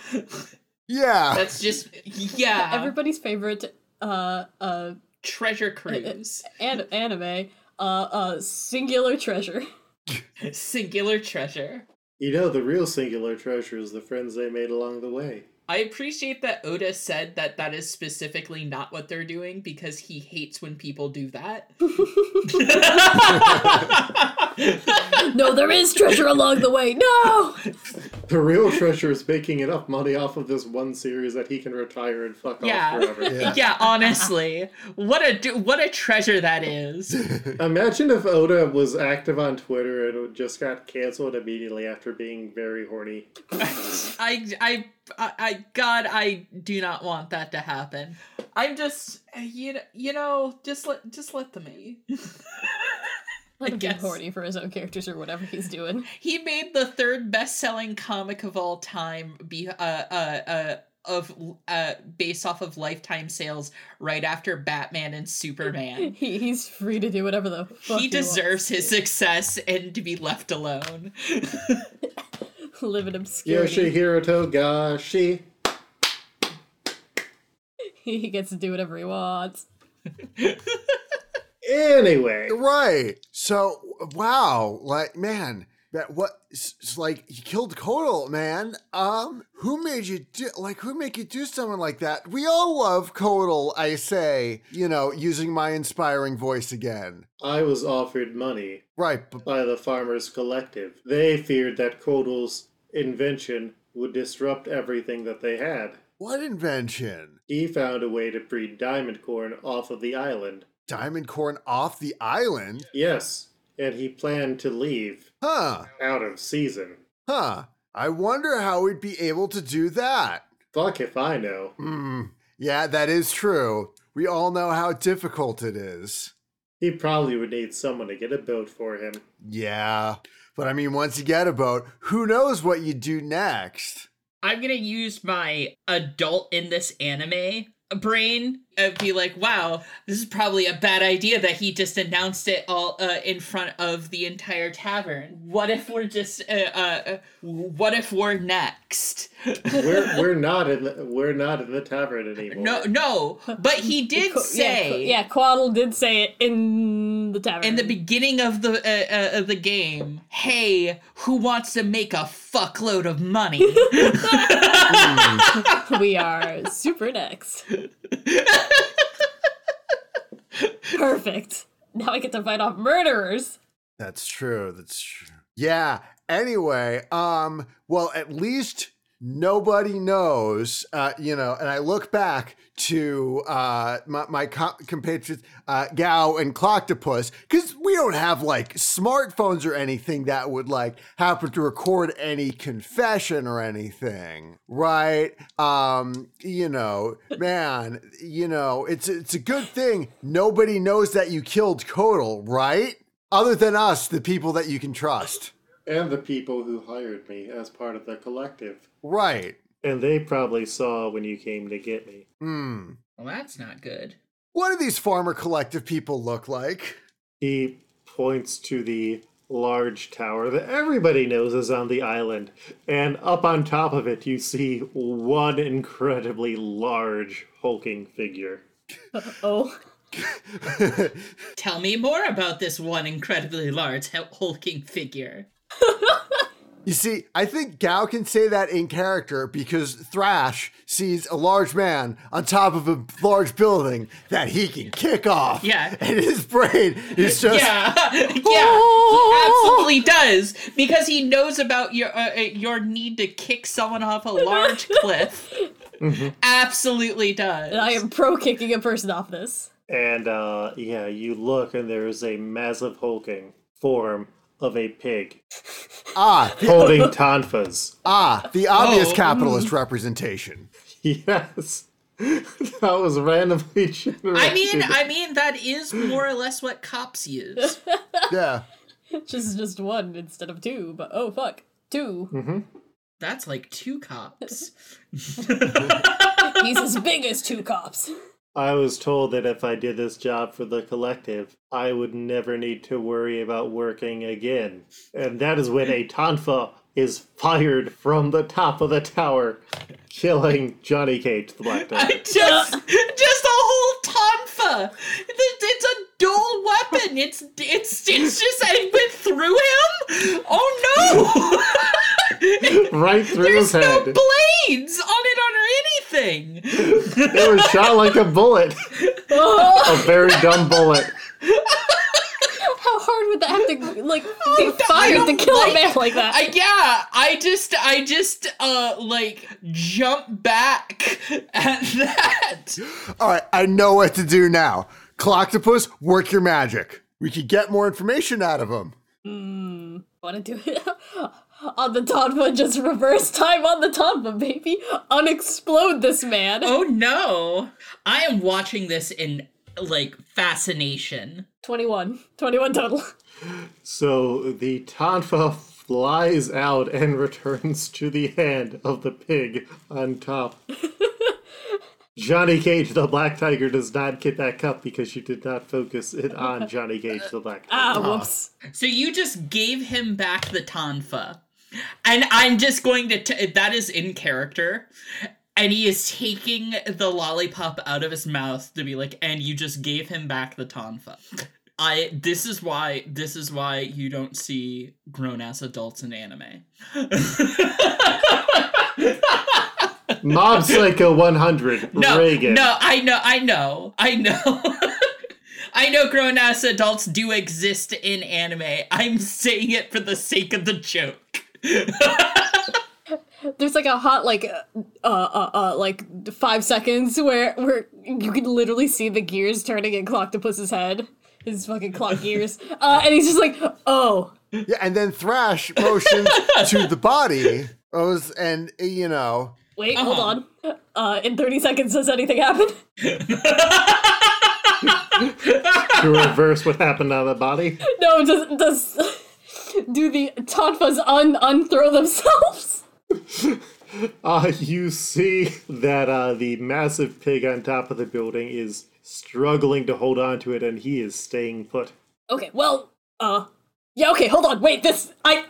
Speaker 2: Yeah.
Speaker 3: That's just
Speaker 2: <laughs>
Speaker 3: yeah,
Speaker 4: Everybody's favorite uh uh
Speaker 3: treasure cruise,
Speaker 4: an- anime uh uh singular treasure.
Speaker 3: singular treasure.
Speaker 1: You know, the real singular treasure is the friends they made along the way.
Speaker 3: I appreciate that Oda said that that is specifically not what they're doing because he hates when people do that.
Speaker 4: No, there is treasure along the way. No.
Speaker 1: The real treasure is making enough money off of this one series that he can retire and fuck
Speaker 3: Yeah.
Speaker 1: off <laughs> forever.
Speaker 2: Yeah.
Speaker 3: yeah, honestly, what a d- what a treasure that is.
Speaker 1: Imagine if Oda was active on Twitter and just got canceled immediately after being very horny.
Speaker 3: I, I, I, I, God, I do not want that to happen. I'm just, you know, you know, just let, just let them eat.
Speaker 4: <laughs> Let him be
Speaker 3: guess.
Speaker 4: horny for his own characters or whatever he's doing. <laughs>
Speaker 3: He made the third best-selling comic of all time, be, uh, uh, uh, of, uh, based off of lifetime sales, right after Batman and Superman.
Speaker 4: He, he's free to do whatever the fuck
Speaker 3: he
Speaker 4: wants.
Speaker 3: deserves his success and to be left alone.
Speaker 4: <laughs>
Speaker 3: <laughs>
Speaker 4: live in obscurity.
Speaker 1: Yoshihiro Togashi.
Speaker 4: <laughs> he gets to do whatever he wants.
Speaker 1: Anyway,
Speaker 2: Right. So wow, like man, that what s- s- like you killed Kodal, man. Um, who made you do like who make you do someone like that? We all love Kodal, I say. You know, using my inspiring voice again.
Speaker 1: I was offered money
Speaker 2: Right, but
Speaker 1: by the Farmers Collective. They feared that Kodal's invention would disrupt everything that they had.
Speaker 2: what invention?
Speaker 1: He found a way to breed diamond corn off of the island.
Speaker 2: Diamond corn off the island?
Speaker 1: Yes, and he planned to leave
Speaker 2: Huh.
Speaker 1: out of season.
Speaker 2: Huh. I wonder how we'd be able to do that.
Speaker 1: Fuck if I know.
Speaker 2: Hmm. Yeah, that is true. We all know how difficult it is.
Speaker 1: He probably would need someone to get a boat for him.
Speaker 2: Yeah. But I mean, once you get a boat, who knows what you do next?
Speaker 3: I'm gonna use my adult in this anime brain and be like, wow, this is probably a bad idea that he just announced it all uh, in front of the entire tavern. What if we're just, uh, uh, what if we're next?
Speaker 1: We're we're not in the, we're not in the tavern anymore.
Speaker 3: No, no, but
Speaker 4: <laughs>
Speaker 3: he did
Speaker 4: Co- yeah,
Speaker 3: say
Speaker 4: Co- yeah, Quaddle did say it in the tavern.
Speaker 3: in the beginning of the uh, uh, of the game, hey, who wants to make a fuckload of
Speaker 4: <laughs>
Speaker 3: money?
Speaker 4: <laughs> we are super
Speaker 3: <laughs>
Speaker 4: next. Perfect. Now I get to fight off murderers.
Speaker 2: That's true. That's true. Yeah. Anyway, um, well, at least nobody knows, uh, you know, and I look back to uh, my, my co- compatriots, uh, Gao and Cloctopus, because we don't have like smartphones or anything that would like happen to record any confession or anything, right? Um, you know, man, you know, it's, it's a good thing nobody knows that you killed Kodal, right? other than us, the people that you can trust.
Speaker 1: And the people who hired me as part of the collective.
Speaker 2: Right.
Speaker 1: And they probably saw when you came to get me.
Speaker 2: Hmm.
Speaker 3: well, that's not good.
Speaker 2: What do these farmer collective people look like?
Speaker 1: He points to the large tower that everybody knows is on the island. And up on top of it, you see one incredibly large, hulking figure.
Speaker 4: Oh, <laughs>
Speaker 3: Tell me more about this one incredibly large hul- hulking figure.
Speaker 2: You see, I think Gao can say that in character because Thrash sees a large man on top of a large building that he can kick off.
Speaker 3: Yeah.
Speaker 2: <laughs> And his brain is just.
Speaker 3: Yeah, <laughs>
Speaker 4: <laughs>
Speaker 3: yeah, he absolutely does because he knows about your uh, uh, your need to kick someone off a large
Speaker 4: <laughs>
Speaker 3: cliff. Absolutely does.
Speaker 4: and I am pro kicking a person off this.
Speaker 1: And uh, yeah, you look, and there is a massive hulking form of a pig
Speaker 2: Ah, the,
Speaker 1: holding tonfas.
Speaker 2: ah, the obvious
Speaker 3: Oh.
Speaker 2: capitalist representation.
Speaker 1: <laughs> Yes. that was randomly <laughs> generated.
Speaker 4: <laughs>
Speaker 3: I mean, I mean that is more or less what cops use.
Speaker 2: Yeah.
Speaker 4: This is just one instead of two, but oh fuck, two.
Speaker 3: That's like two cops.
Speaker 4: He's as big as two cops.
Speaker 1: I was told that if I did this job for the collective, I would never need to worry about working again. And that is when a Tonfa is fired from the top of the tower, killing Johnny Cage, the Black
Speaker 3: I
Speaker 1: <laughs> Tiger.
Speaker 3: just, <laughs> just a whole tonfa. It- It's a dull weapon. It's it's it's just that it went through him. Oh no!
Speaker 1: right through his
Speaker 3: There's no
Speaker 1: head.
Speaker 3: blades on it or anything.
Speaker 1: They were shot like a bullet.
Speaker 4: <laughs>
Speaker 1: A
Speaker 4: Oh,
Speaker 1: very dumb bullet.
Speaker 4: how hard would that have to <laughs> like
Speaker 3: I
Speaker 4: be fired to
Speaker 3: don't
Speaker 4: kill
Speaker 3: like-
Speaker 4: a man like that?
Speaker 3: I, yeah, I just, I just, uh, like jump back at that.
Speaker 2: All right, I know what to do now. Cloctopus, work your magic. We could get more information out of him.
Speaker 4: Want to do it <laughs> on the Tonfa? Just reverse time on the Tonfa, baby. Unexplode this man.
Speaker 3: Oh no! I am watching this in like fascination.
Speaker 4: 21. 21 total.
Speaker 1: So the Tanfa flies out and <laughs> returns to the hand of the pig on
Speaker 3: <laughs>
Speaker 1: top. Johnny Cage, the black tiger, does not get that cup because she did not focus it
Speaker 3: <laughs>
Speaker 1: on Johnny Cage, the black tiger.
Speaker 4: Ah, whoops.
Speaker 3: So you just gave him back the Tanfa. And I'm just going to. T- that is in character. And he is taking the lollipop out of his mouth to be like, and you just gave him back the Tanfa. I. This is why. This is why you don't see grown ass adults in anime.
Speaker 1: Mob Psycho 100,
Speaker 3: <laughs> No,
Speaker 1: Reagan.
Speaker 3: no, I know, I know, I know. <laughs> I know grown ass adults do exist in anime. I'm saying it for the sake of the joke.
Speaker 4: There's like a hot like uh uh uh like 5 seconds where where you can literally see the gears turning in Clocktopus's head. His fucking <laughs> clock gears. Uh and he's just like, "Oh,
Speaker 2: Yeah, and then Thrash
Speaker 1: <laughs>
Speaker 2: motions to the body. Oh, was- And, you know,
Speaker 4: wait,
Speaker 3: Uh-huh.
Speaker 4: hold on. Uh in 30 seconds does anything happen?"
Speaker 1: To reverse what happened on the body.
Speaker 4: no, does does <laughs> do the Tonfas un unthrow themselves? <laughs>
Speaker 1: Uh, you see that uh, the massive pig on top of the building is struggling to hold on to it and he is staying put.
Speaker 4: Okay, well, uh, yeah, okay, hold on, wait, this, I,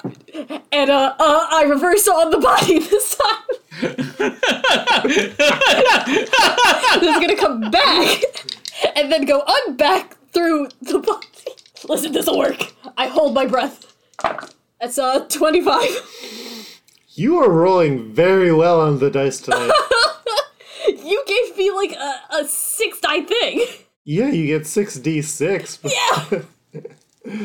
Speaker 4: and, uh, uh, I reverse on the body <laughs> this time. this is gonna come back, <laughs> and then go unback through the body. <laughs> Listen, this'll work. I hold my breath. That's, uh, 25.
Speaker 1: You are rolling very well on the dice tonight.
Speaker 4: <laughs> You gave me, like, a, a six die thing.
Speaker 1: yeah, you get 6d6.
Speaker 4: Yeah!
Speaker 1: <laughs>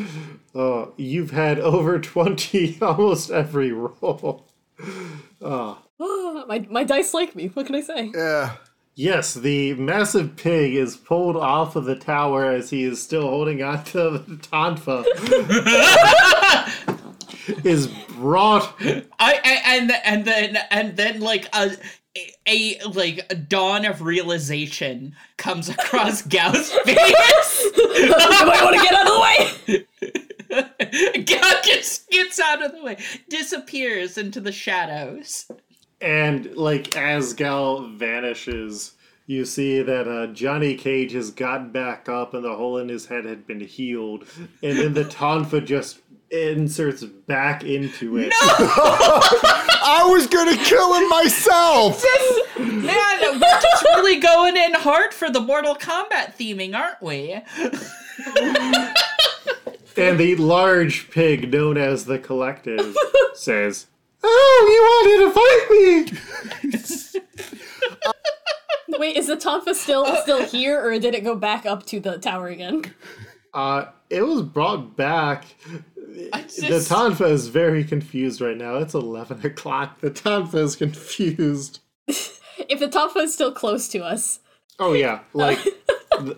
Speaker 1: Uh, you've had over 20 <laughs> almost every roll.
Speaker 4: <laughs> my, my dice like me, what can I say?
Speaker 2: yeah.
Speaker 1: Yes, the massive pig is pulled off of the tower as he is still holding on to the Tonfa. is brought
Speaker 3: I, I and the- and then and then like a a like a dawn of realization comes <laughs> across Gao's face.
Speaker 4: I might want to get out of the way!
Speaker 3: Gao just gets out of the way, disappears into the shadows.
Speaker 1: And like as Gal vanishes, you see that uh, Johnny Cage has gotten back up, and the hole in his head had been healed. And then the Tonfa just inserts back into it.
Speaker 2: I was gonna kill him myself!
Speaker 3: Man, we're just really going in hard for the Mortal Kombat theming, aren't we?
Speaker 1: And the large pig, known as the Collective, says, "Oh, you wanted to fight me?
Speaker 4: Wait, is the Tonfa still still here, or did it go back up to the tower again?
Speaker 1: Uh, it was brought back."
Speaker 3: I just,
Speaker 1: The Tonfa is very confused right now. It's eleven o'clock. The Tonfa is confused.
Speaker 4: If the Tonfa is still close to us,
Speaker 1: Oh
Speaker 4: <laughs>
Speaker 1: yeah, like th-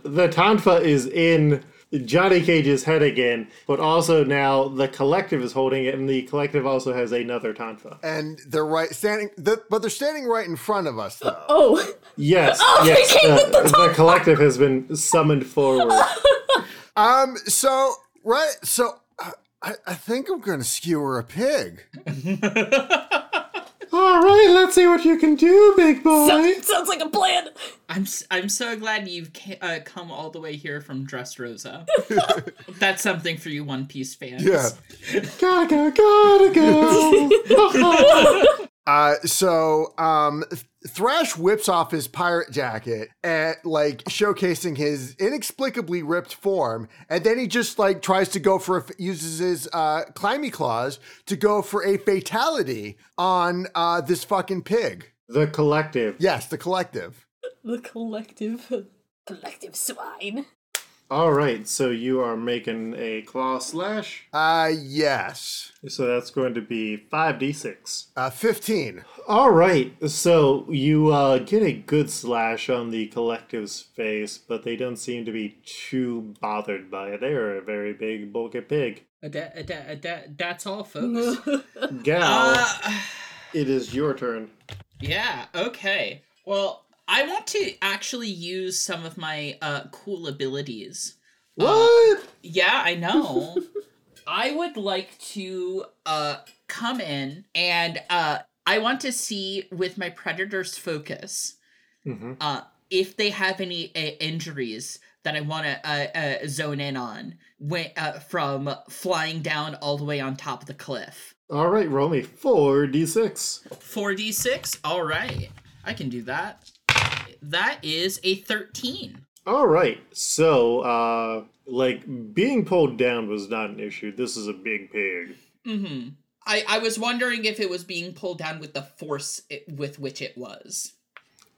Speaker 1: the Tanfa is in Johnny Cage's head again, but also now the collective is holding it, and the collective also has another Tanfa.
Speaker 2: And they're right standing, the, but they're standing right in front of us, though.
Speaker 4: oh,
Speaker 1: Yes, yes,
Speaker 4: came with
Speaker 1: the, the collective has been summoned
Speaker 4: <laughs>
Speaker 1: forward.
Speaker 2: Um, so, right, so I- I, I think I'm gonna skewer a pig.
Speaker 1: All right, let's see what you can do, big boy.
Speaker 4: so- sounds like a plan.
Speaker 3: I'm s- I'm so glad you've ca- uh, come all the way here from Dressrosa. That's something for you One Piece fans.
Speaker 2: Yeah.
Speaker 4: <laughs>
Speaker 1: Gotta go, gotta go.
Speaker 2: Uh, so um, Th- Thrash whips off his pirate jacket and like showcasing his inexplicably ripped form, and then he just like tries to go for a, f- uses his uh, climby claws to go for a fatality on uh, this fucking pig.
Speaker 1: The collective.
Speaker 2: Yes, the collective.
Speaker 4: The collective. Collective swine.
Speaker 1: All right, so you are making a claw slash.
Speaker 2: Uh, yes.
Speaker 1: So that's going to be 5d6.
Speaker 2: Uh, fifteen.
Speaker 1: All right, so you uh, get a good slash on the collective's face, but they don't seem to be too bothered by it. They are a very big, bulky pig.
Speaker 3: Uh, da- uh, da- uh, da- that's all, folks.
Speaker 1: Gal,
Speaker 3: Uh,
Speaker 1: it is your turn.
Speaker 3: yeah, okay. Well, I want to actually use some of my uh, cool abilities.
Speaker 1: What?
Speaker 3: Yeah, I know. I would like to uh come in and uh I want to see with my predator's focus
Speaker 1: hmm
Speaker 3: uh if they have any uh, injuries that I want to uh, uh zone in on when, uh, from flying down all the way on top of the cliff.
Speaker 1: All right, roll me 4d6.
Speaker 3: 4d6. All right. I can do that. That is a 13.
Speaker 1: All right. So, uh, like being pulled down was not an issue. This is a big pig.
Speaker 3: Mhm. I I was wondering if it was being pulled down with the force it, with which it was.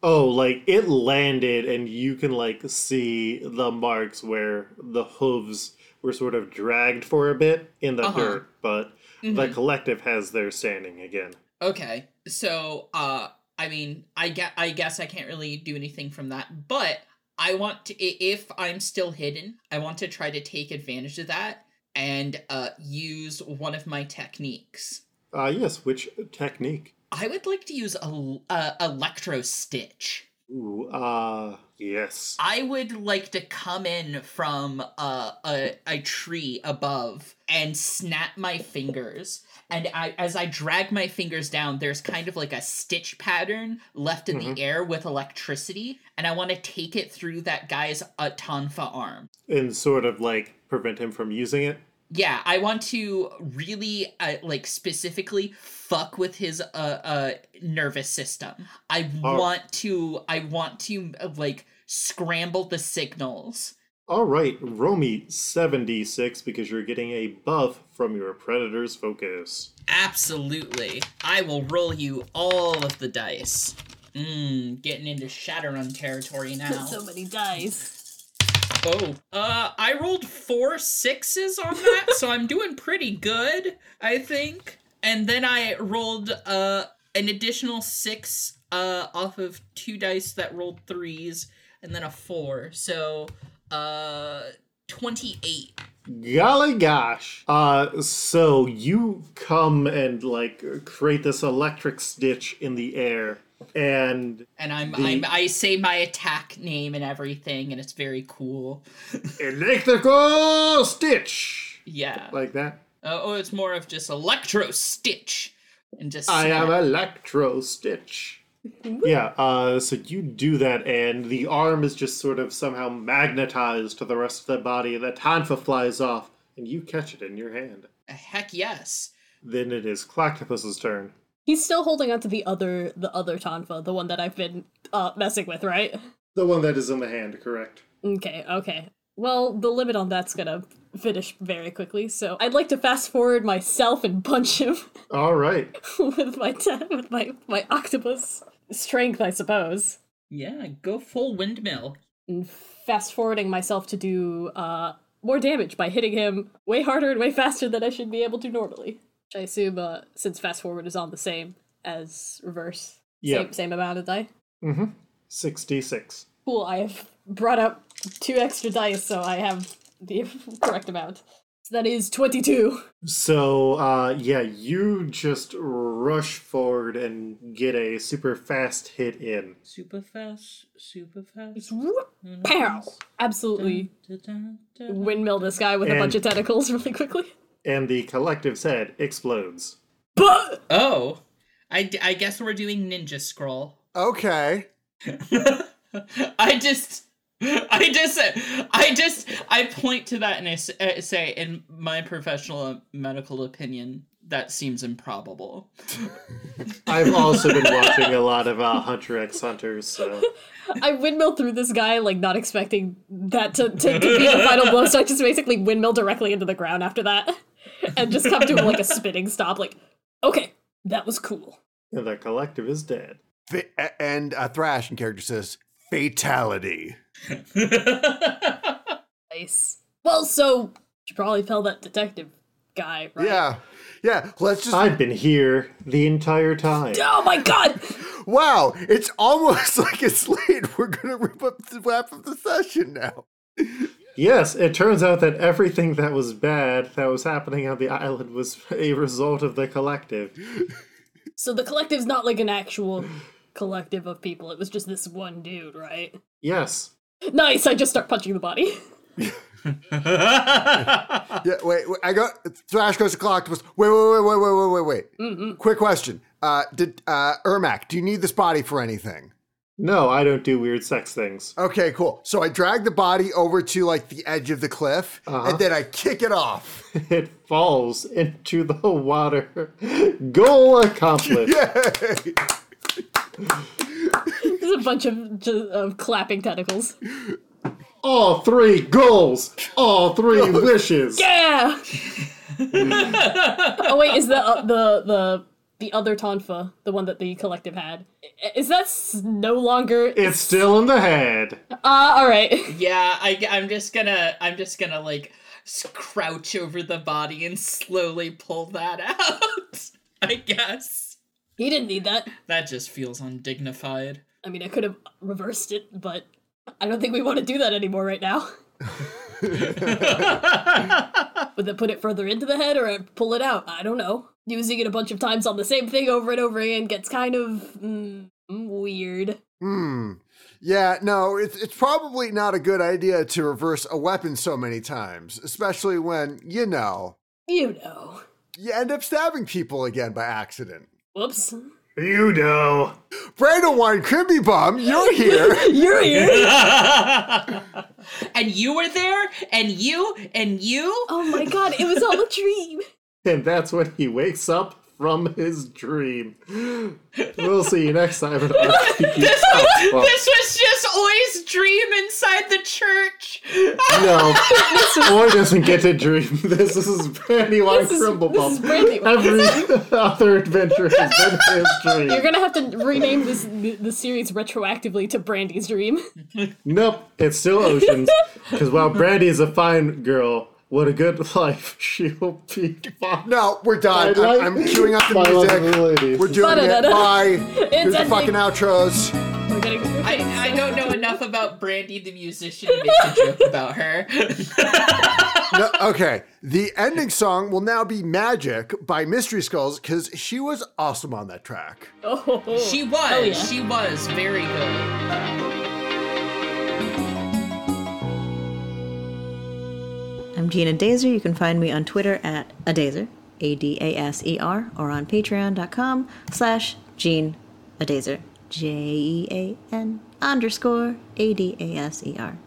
Speaker 1: Oh, like it landed, and you can like see the marks where the hooves were sort of dragged for a bit in the
Speaker 3: Uh-huh.
Speaker 1: dirt. But the collective has their standing again.
Speaker 3: Okay. So, uh, I mean, I get, I guess I can't really do anything from that, but I want to, i- if I'm still hidden, I want to try to take advantage of that and uh, use one of my techniques.
Speaker 1: Uh, yes. Which technique?
Speaker 3: I would like to use a, l- a electro stitch.
Speaker 1: Ooh. Uh, yes.
Speaker 3: I would like to come in from a, a, a tree above and snap my fingers. And I, as I drag my fingers down, there's kind of like a stitch pattern left in the air with electricity. And I want to take it through that guy's uh, Tanfa arm.
Speaker 1: And sort of like prevent him from using it.
Speaker 3: Yeah, I want to really uh, like specifically fuck with his uh uh nervous system. I
Speaker 1: Oh.
Speaker 3: want to I want to uh, like scramble the signals.
Speaker 1: All right, roll me 7d6 because you're getting a buff from your predator's focus.
Speaker 3: Absolutely. I will roll you all of the dice. Mmm, getting into Shadowrun territory now.
Speaker 4: <laughs> So many dice.
Speaker 3: oh. Uh, I rolled four sixes on that, so I'm doing pretty good, I think. And then I rolled uh an additional six uh off of two dice that rolled threes, and then a four. So uh twenty-eight.
Speaker 1: Golly gosh. Uh so you come and like create this electric stitch in the air and
Speaker 3: And I'm,
Speaker 1: The-
Speaker 3: I'm I say my attack name and everything, and it's very cool.
Speaker 1: electrical stitch
Speaker 3: Yeah.
Speaker 1: like that.
Speaker 3: Uh, oh, it's more of just electro stitch and just
Speaker 1: I
Speaker 3: snap.
Speaker 1: am electro stitch. yeah, uh so you do that and the arm is just sort of somehow magnetized to the rest of the body. The tanfa flies off and you catch it in your hand.
Speaker 3: heck yes.
Speaker 1: Then it is Clactopus's turn.
Speaker 4: He's still holding on to the other the other Tanfa, the one that I've been uh messing with, right?
Speaker 1: The one that is in the hand, correct?
Speaker 4: Okay, okay. Well, the limit on that's gonna finish very quickly, so I'd like to fast forward myself and punch him
Speaker 1: All right.
Speaker 4: <laughs> with my ta- with my my octopus strength, I suppose.
Speaker 3: Yeah, go full windmill.
Speaker 4: Fast forwarding myself to do uh more damage by hitting him way harder and way faster than I should be able to normally. Which I assume uh, since fast forward is on the same as reverse,
Speaker 1: Yeah.
Speaker 4: same same amount of die.
Speaker 1: Mm-hmm. 66.
Speaker 4: Cool, I have brought up two extra dice, so I have the <laughs> correct amount. So that is 22.
Speaker 1: So, uh, yeah, you just rush forward and get a super fast hit in.
Speaker 3: Super fast, super fast.
Speaker 4: Whoop, Pow! Absolutely windmill this guy with a bunch of
Speaker 1: And-
Speaker 4: tentacles <laughs> really quickly.
Speaker 1: And the collective's head explodes.
Speaker 4: Bah!
Speaker 3: Oh, I, d- I guess we're doing ninja scroll. <laughs>
Speaker 2: Uh, Okay.
Speaker 3: I just. I just, I just, I point to that and I s- uh, say, in my professional medical opinion, that seems improbable. <laughs>
Speaker 1: I've also been watching a lot of uh, Hunter x Hunters, so
Speaker 4: I windmill through this guy, like not expecting that to, to, to be the final blow. So I just basically windmill directly into the ground after that, and just come to like a spinning stop. Like, okay, that was cool.
Speaker 1: and the collective is dead.
Speaker 2: <laughs> Fa- a- and uh, Thrash in character says fatality.
Speaker 4: Nice. Well, so should probably tell that detective guy, right?
Speaker 2: Yeah, yeah. Let's just
Speaker 1: I've been here the entire time.
Speaker 4: Oh my god!
Speaker 2: wow. It's almost <laughs> like it's late. We're gonna wrap up the, wrap up the session now.
Speaker 1: Yes, it turns out that everything that was bad that was happening on the island was a result of the collective.
Speaker 4: So the collective's not like an actual collective of people. It was just this one dude, right?
Speaker 1: Yes.
Speaker 4: Nice. I just start punching the body. <laughs>
Speaker 2: Yeah. Wait. wait I got Thrash goes to clock. Wait. Wait. Wait. Wait. Wait. Wait. Wait. Wait. Quick question. Uh, did uh, Ermac? Do you need this body for anything?
Speaker 1: No, I don't do weird sex things.
Speaker 2: Okay, cool. So I drag the body over to like the edge of the cliff, and then I kick it off.
Speaker 1: It falls into the water. Goal accomplished.
Speaker 2: Yay!
Speaker 4: There's a bunch of ju- of clapping tentacles.
Speaker 1: All three goals. All three wishes.
Speaker 4: Yeah. oh wait, is the uh, the the the other Tonfa, the one that the collective had, i- is that s- no longer?
Speaker 1: It's still in the head.
Speaker 4: Ah, all right.
Speaker 3: yeah, I, I'm just gonna, I'm just gonna like s- crouch over the body and slowly pull that <laughs> out. I guess
Speaker 4: <laughs> He didn't need that.
Speaker 3: that just feels undignified.
Speaker 4: I mean, I could have reversed it, but I don't think we want to do that anymore right now. Would that put it further into the head or pull it out? I don't know. Using it a bunch of times on the same thing over and over again gets kind of mm, weird.
Speaker 2: Hmm. Yeah, no, it's, it's probably not a good idea to reverse a weapon so many times, especially when, you know,
Speaker 4: You know.
Speaker 2: you end up stabbing people again by accident.
Speaker 4: Whoops.
Speaker 1: You know.
Speaker 2: Brandywine Crimby Bum,
Speaker 1: <laughs>
Speaker 2: you're here.
Speaker 4: <laughs> You're here.
Speaker 3: and you were there, and you, and you.
Speaker 4: oh my god, it was all a dream.
Speaker 1: And that's when he wakes up from his dream. We'll see you next
Speaker 4: <laughs>
Speaker 1: time. on RPG South Park.
Speaker 3: This was just Oi's dream inside the church.
Speaker 1: No, Boy doesn't get to dream. <laughs> This, this is Brandywine
Speaker 4: This is- this is
Speaker 1: Crimblebump.
Speaker 4: Brandywine.
Speaker 1: Every <laughs> other adventure has been his dream.
Speaker 4: <laughs> <laughs> You're gonna have to rename this the, the series retroactively to Brandy's Dream.
Speaker 1: Nope, it's still Oceans. Because while Brandy is a fine girl, what a good <laughs> life she'll be.
Speaker 2: no, we're done.
Speaker 1: My
Speaker 2: I'm, I'm
Speaker 1: life-
Speaker 2: queuing up
Speaker 1: my
Speaker 2: the
Speaker 1: lovely
Speaker 2: music.
Speaker 1: ladies.
Speaker 2: We're doing it.
Speaker 1: <laughs>
Speaker 4: Ba-da-da-da.
Speaker 2: Bye. Here's the
Speaker 4: ending.
Speaker 2: fucking outros.
Speaker 4: We're getting. we're
Speaker 3: I,
Speaker 4: getting so-
Speaker 3: I don't know enough about Brandy the musician to make a joke about her. <laughs>
Speaker 2: No, okay, the ending song will now be Magic by Mystery Skulls because she was awesome on that track.
Speaker 4: Oh, ho, ho.
Speaker 3: She
Speaker 4: Hell
Speaker 3: was,
Speaker 4: yeah.
Speaker 3: she was very good.
Speaker 5: I'm Gina Dazer. You can find me on Twitter at Adazer, A D A S E R, or on patreon.com slash Gene Adazer, J E A N underscore A D A S E R.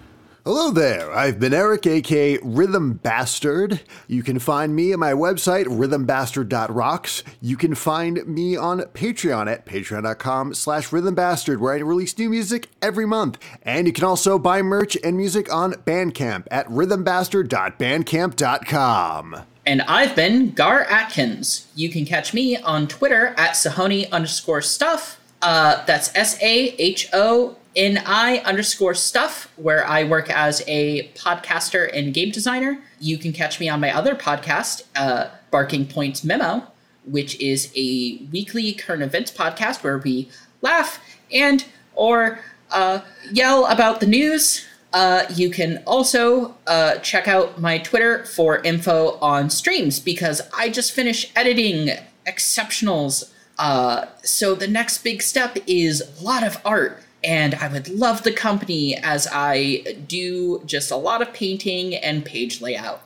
Speaker 2: Hello there. I've been Eric, aka Rhythm Bastard. You can find me at my website, rhythmbastard.rocks. You can find me on Patreon at patreon.com slash rhythmbastard, where I release new music every month. And you can also buy merch and music on Bandcamp at rhythmbastard.bandcamp.com.
Speaker 3: And I've been Gar Atkins. You can catch me on Twitter at Sahoni underscore stuff. Uh, that's S A H O N I underscore stuff, where I work as a podcaster and game designer. You can catch me on my other podcast, uh, Barking Point Memo, which is a weekly current events podcast where we laugh and or uh, yell about the news. Uh, you can also uh, check out my Twitter for info on streams because I just finished editing exceptionals. Uh, so the next big step is a lot of art, and I would love the company as I do just a lot of painting and page layout.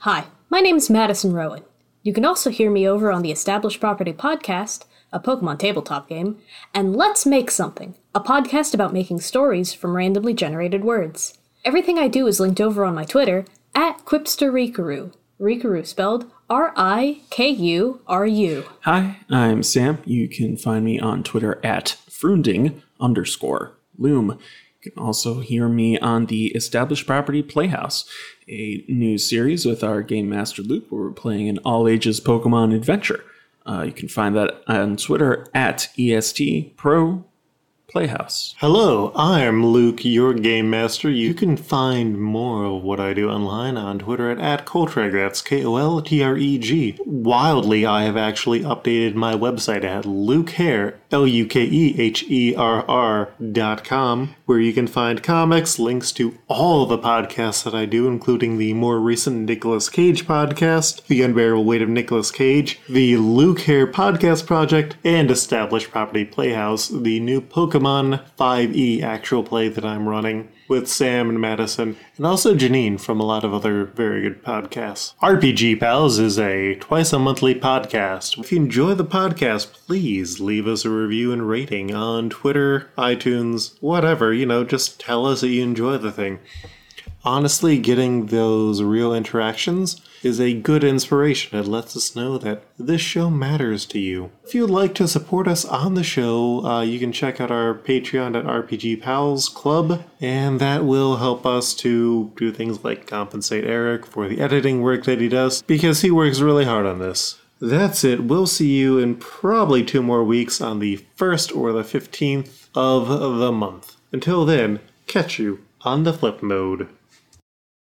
Speaker 4: Hi, my name is Madison Rowan. You can also hear me over on the Established Property podcast, a Pokemon tabletop game, and Let's Make Something, a podcast about making stories from randomly generated words. Everything I do is linked over on my Twitter at Quipster Rikuru, Rikuru spelled R I K U R U.
Speaker 6: Hi, I'm Sam. You can find me on Twitter at frunding underscore loom. You can also hear me on the Established Property Playhouse, a new series with our game master Luke, where we're playing an all ages Pokemon adventure. Uh, you can find that on Twitter at est pro playhouse.
Speaker 1: Hello, I'm Luke, your game master. You can find more of what I do online on Twitter at, at Coltreg. That's K O L T R E G. Wildly, I have actually updated my website at lukehair, L U K E H E R R dot com, where you can find comics, links to all the podcasts that I do, including the more recent Nicolas Cage podcast, The Unbearable Weight of Nicolas Cage, the Luke Hair Podcast Project, and Established Property Playhouse, the new Pokemon 5e actual play that I'm running with Sam and Madison, and also Janine from a lot of other very good podcasts. RPG Pals is a twice a monthly podcast. If you enjoy the podcast, please leave us a review and rating on Twitter, iTunes, whatever. You know, just tell us that you enjoy the thing. Honestly, getting those real interactions is a good inspiration. It lets us know that this show matters to you. If you'd like to support us on the show, uh, you can check out our Patreon at RPG Pals Club, and that will help us to do things like compensate Eric for the editing work that he does, because he works really hard on this. That's it. We'll see you in probably two more weeks on the 1st or the 15th of the month. Until then, catch you on the flip mode.